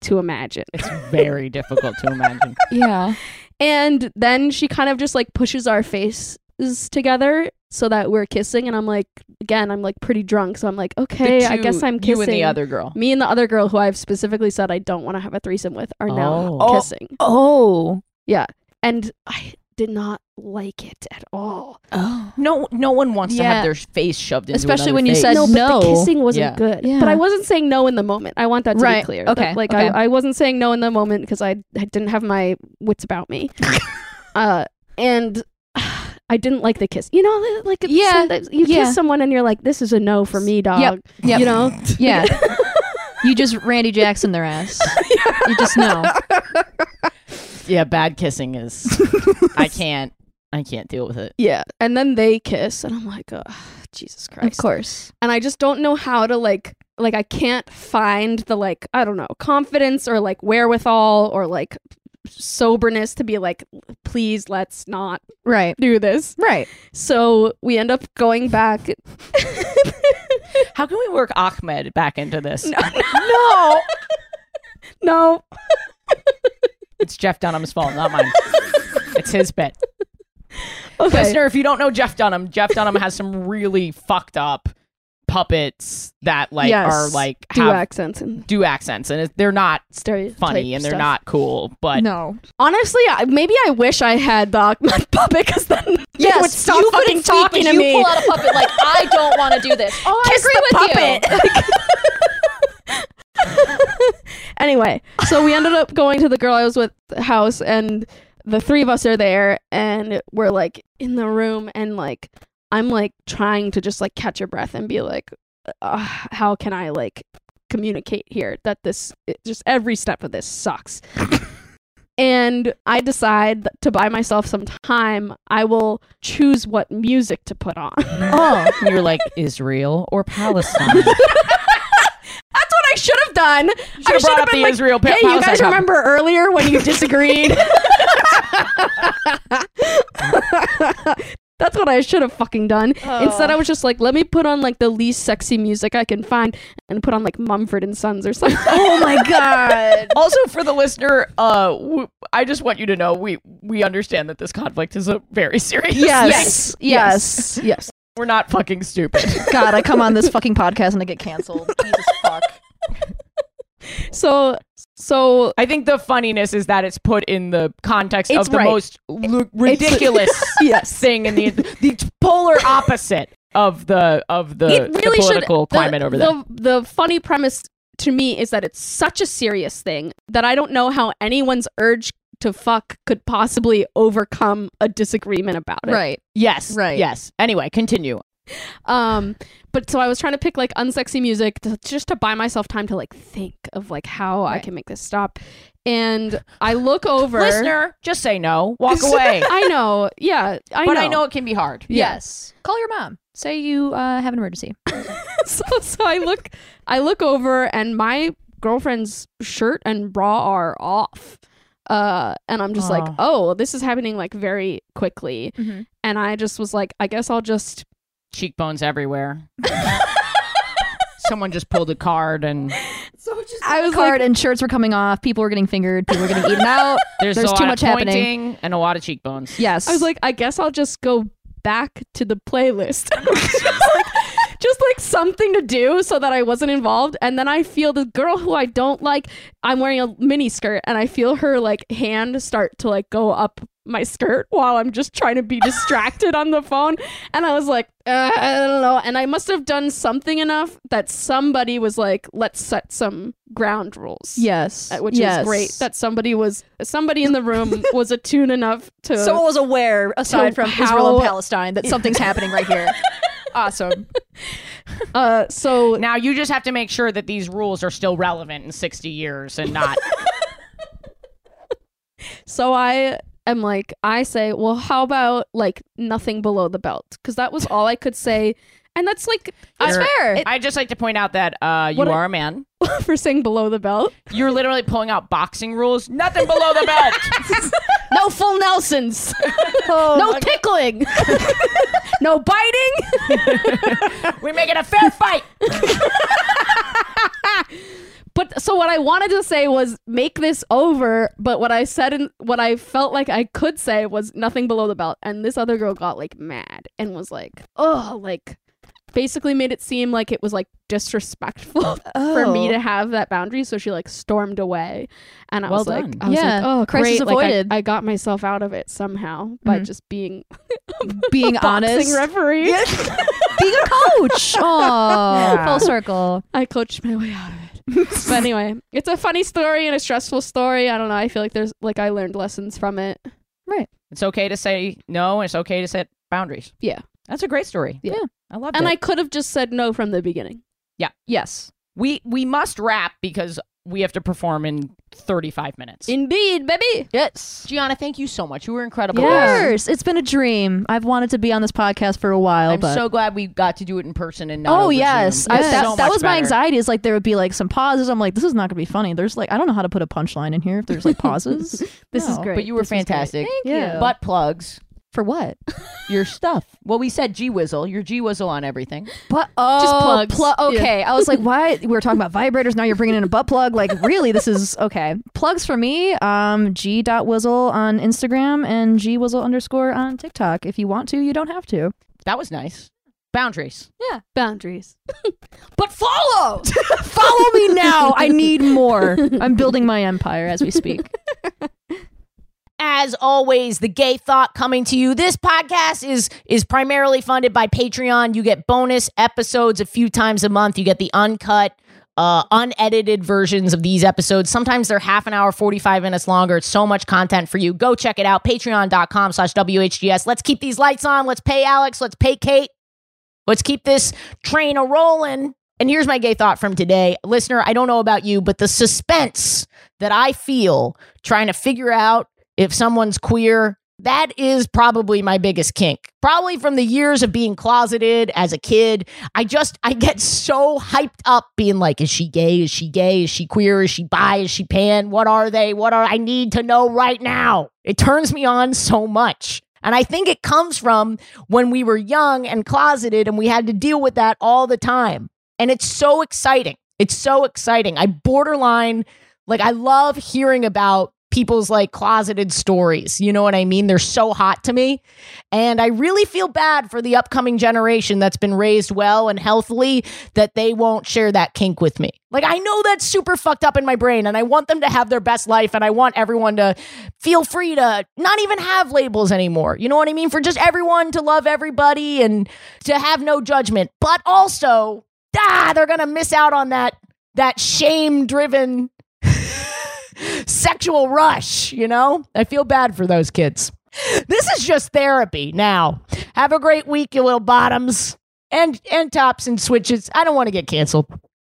S4: to imagine.
S1: It's very difficult to imagine.
S3: Yeah.
S4: And then she kind of just like pushes our faces together so that we're kissing. And I'm like, again, I'm like pretty drunk. So I'm like, okay, I
S10: two-
S4: guess I'm kissing.
S10: You and the other girl.
S4: Me and the other girl who I've specifically said I don't want to have a threesome with are now
S10: Oh.
S4: kissing.
S13: Oh.
S4: Yeah. And I did not like it at all.
S10: Oh. No, no one wants to
S3: Yeah.
S10: have their face shoved into
S3: Especially
S10: another
S3: when you
S10: face.
S3: said
S4: no, but
S3: Uh, no.
S4: the kissing wasn't
S10: Yeah.
S4: good.
S3: Yeah.
S4: But I wasn't saying no in the moment. I want that to
S3: Right.
S4: be clear.
S3: Okay.
S4: That, like
S3: Okay.
S4: I, I wasn't saying no in the moment because I, I didn't have my wits about me. uh, and I didn't like the kiss. You know, like
S3: Yeah.
S4: sometimes you
S3: Yeah.
S4: kiss someone and you're like, this is a no for me, dog.
S3: Yep. Yep.
S4: You know,
S3: Yeah. you just Randy Jackson their ass. You just know.
S10: yeah, bad kissing is. I can't. I can't deal with it.
S4: yeah. And then they kiss, and I'm like, oh, Jesus Christ.
S3: Of course.
S4: and I just don't know how to like like I can't find the like I don't know confidence or like wherewithal or like soberness to be like please let's not
S3: Right.
S4: do this.
S3: Right.
S4: So we end up going back.
S10: How can we work Ahmed back into this?
S4: no. no.
S10: It's Jeff Dunham's fault, not mine. it's his bet.
S4: Okay.
S10: Listener, if you don't know Jeff Dunham, Jeff Dunham has some really fucked up puppets that like
S4: Yes.
S10: are like
S4: Do
S10: have
S4: accents and
S10: do accents, and it, they're not
S4: stereotype
S10: funny and they're
S4: stuff.
S10: not cool. But
S3: No.
S4: Honestly, I, maybe I wish I had the Ahmed puppet because then
S13: Yes,
S4: they would stop
S13: you couldn't
S4: fucking
S13: speak
S4: talking
S13: when
S4: to
S13: you
S4: me.
S13: pull out a puppet like I don't want to do this. Oh,
S4: Kiss
S13: I agree with you.
S4: anyway, so we ended up going to the girl I was with house, and the three of us are there, and we're like in the room, and like I'm like trying to just like catch a breath and be like, "Ugh, how can I like communicate here that this it- just every step of this sucks. And I decide that to buy myself some time, I will choose what music to put on.
S10: oh, you're like Israel or Palestine.
S4: That's what I should have done. I should
S10: brought
S4: have
S10: up
S4: been
S10: the
S4: like,
S10: Israel pa-
S4: hey, you
S10: Palestine
S4: guys
S10: topic."
S4: remember earlier when you disagreed? That's what I should have fucking done. Instead,
S10: Oh.
S4: I was just like, let me put on like the least sexy music I can find and put on like Mumford and Sons or something.
S14: Oh my god.
S10: also for the listener uh w- i just want you to know we we understand that this conflict is a very serious
S3: Yes. Yes.
S4: yes.
S10: we're not fucking stupid
S3: God, I come on this fucking podcast and I get canceled. Jesus fuck.
S4: So, so
S10: i think the funniness is that it's put in the context
S4: It's
S10: of the
S4: right.
S10: most lu- ridiculous
S4: yes.
S10: thing in the the polar opposite of the of the,
S4: it
S10: the
S4: really should.
S10: political climate
S4: the,
S10: over there
S4: The, the funny premise to me is that it's such a serious thing that I don't know how anyone's urge to fuck could possibly overcome a disagreement about it.
S3: Right.
S10: yes
S3: Right.
S10: yes anyway continue
S4: Um, but so I was trying to pick like unsexy music to, just to buy myself time to like think of like how I
S3: Right.
S4: can make this stop. And I look over.
S10: listener just say no walk away
S4: I know. Yeah, I
S10: but
S4: know.
S10: i know it can be hard
S3: Yes. Call your mom. Say you uh, have an emergency.
S4: so, so I look, I look over, and my girlfriend's shirt and bra are off. Uh, and I'm just like,
S10: Oh.
S4: oh, this is happening like very quickly.
S3: Mhm.
S4: And I just was like, I guess I'll just
S10: cheekbones everywhere someone just pulled a card and
S3: I was card and shirts were coming off. People were getting fingered. People were getting eaten out.
S10: There's,
S3: There's
S10: a lot
S3: too
S10: of
S3: much happening.
S10: pointing and a lot of cheekbones.
S3: Yes.
S4: I was like, I guess I'll just go back to the playlist. just, like, just like something to do so that I wasn't involved. And then I feel the girl who I don't like, I'm wearing a mini skirt and I feel her like hand start to like go up my skirt while I'm just trying to be distracted on the phone. And I was like, uh, I don't know. And I must have done something enough that somebody was like, let's set some ground rules.
S3: yes.
S4: Uh, Which
S3: yes.
S4: is great that somebody was somebody in the room was attuned enough to
S3: Someone was aware, aside
S4: to
S3: from Israel
S4: how-
S3: and Palestine, that something's happening right here. Awesome.
S4: Uh, so
S10: Now you just have to make sure that these rules are still relevant in 60 years and not.
S4: so I am like, I say, well, how about like nothing below the belt? Because that was all I could say, and that's like
S10: That's
S4: I-
S3: fair.
S10: I just like to point out that uh, you
S4: What a-
S10: are a man.
S4: for saying below the belt.
S10: You're literally pulling out boxing rules. Nothing below the belt.
S4: No full Nelsons. no tickling. no biting.
S10: we make it a fair fight.
S4: But so what I wanted to say was make this over, but what I said and what I felt like I could say was nothing below the belt. And this other girl got like mad and was like, "Oh, like basically made it seem like it was like disrespectful for me
S3: Oh.
S4: to have that boundary." So she like stormed away. And I
S10: Well
S4: was
S10: done.
S4: like, I was
S3: Yeah.
S4: like, "Oh,
S3: Crisis
S4: great. Like, I-
S3: avoided.
S4: I, got myself out of it somehow by
S3: Mhm.
S4: just being
S3: being honest,
S4: boxing referee.
S3: being a coach. Oh,
S15: Yeah.
S3: full circle.
S4: I coached my way out of it. but anyway, it's a funny story and a stressful story. I don't know. I feel like there's like I learned lessons from it.
S10: It's okay to say no. and It's okay to set boundaries.
S4: Yeah.
S10: That's a great story.
S4: Yeah.
S10: I love
S4: And
S10: it.
S4: I could have just said no from the beginning.
S3: Yes.
S10: we we must wrap because we have to perform in 35 minutes.
S4: Indeed, baby.
S15: Yes.
S10: Gianna, thank you so much. You were
S3: Of
S10: incredible.
S3: course. It's been a dream. I've wanted to be on this podcast for a while,
S10: I'm
S3: but
S10: so glad we got to do it in person and not
S3: Oh
S10: over
S3: yes,
S10: Zoom.
S3: I,
S10: It's
S3: that,
S10: so
S3: that
S10: much
S3: was my
S10: better.
S3: anxiety. Is like there would be like some pauses. I'm like, this is not gonna be funny. There's like I don't know how to put a punchline in here if there's like pauses.
S4: This is
S3: No.
S4: great.
S10: But you were
S4: This was great.
S10: fantastic.
S3: Yeah.
S10: Butt plugs,
S3: for what?
S10: your stuff. Well, we said G Whizzle. Your G Whizzle on everything.
S3: But oh,
S4: plugs.
S3: plu-
S4: Yeah.
S3: okay. I was like, why? We were talking about vibrators. Now you're bringing in a butt plug. Like, really? This is okay. Plugs for me. Um, g dot whizzle on Instagram and g whizzle underscore on TikTok. If you want to, you don't have to.
S10: That was nice. Boundaries.
S4: Boundaries.
S15: But follow.
S3: Follow me now. I need more. I'm building my empire as we speak.
S10: As always, the gay thought coming to you. This podcast is is primarily funded by Patreon. You get bonus episodes a few times a month. You get the uncut, uh, unedited versions of these episodes. Sometimes they're half an hour, 45 minutes longer. It's so much content for you. Go check it out. Patreon.com slash WHGS. Let's keep these lights on. Let's pay Alex. Let's pay Kate. Let's keep this train a rolling. And here's my gay thought from today. Listener, I don't know about you, but the suspense that I feel trying to figure out if someone's queer, that is probably my biggest kink. Probably from the years of being closeted as a kid. I just, I get so hyped up being like, is she gay? Is she gay? Is she queer? Is she bi? Is she pan? What are they? What are, I need to know right now. It turns me on so much. And I think it comes from when we were young and closeted and we had to deal with that all the time. And it's so exciting. It's so exciting. I borderline, like, I love hearing about people's like closeted stories. You know what I mean? They're so hot to me. And I really feel bad for the upcoming generation that's been raised well and healthily that they won't share that kink with me. Like, I know that's super fucked up in my brain, and I want them to have their best life, and I want everyone to feel free to not even have labels anymore. You know what I mean? For just everyone to love everybody and to have no judgment. But also, ah, they're gonna miss out on that that shame driven sexual rush, you know? I feel bad for those kids. This is just therapy now. Have a great week, you little bottoms. And and tops and switches. I don't want to get canceled.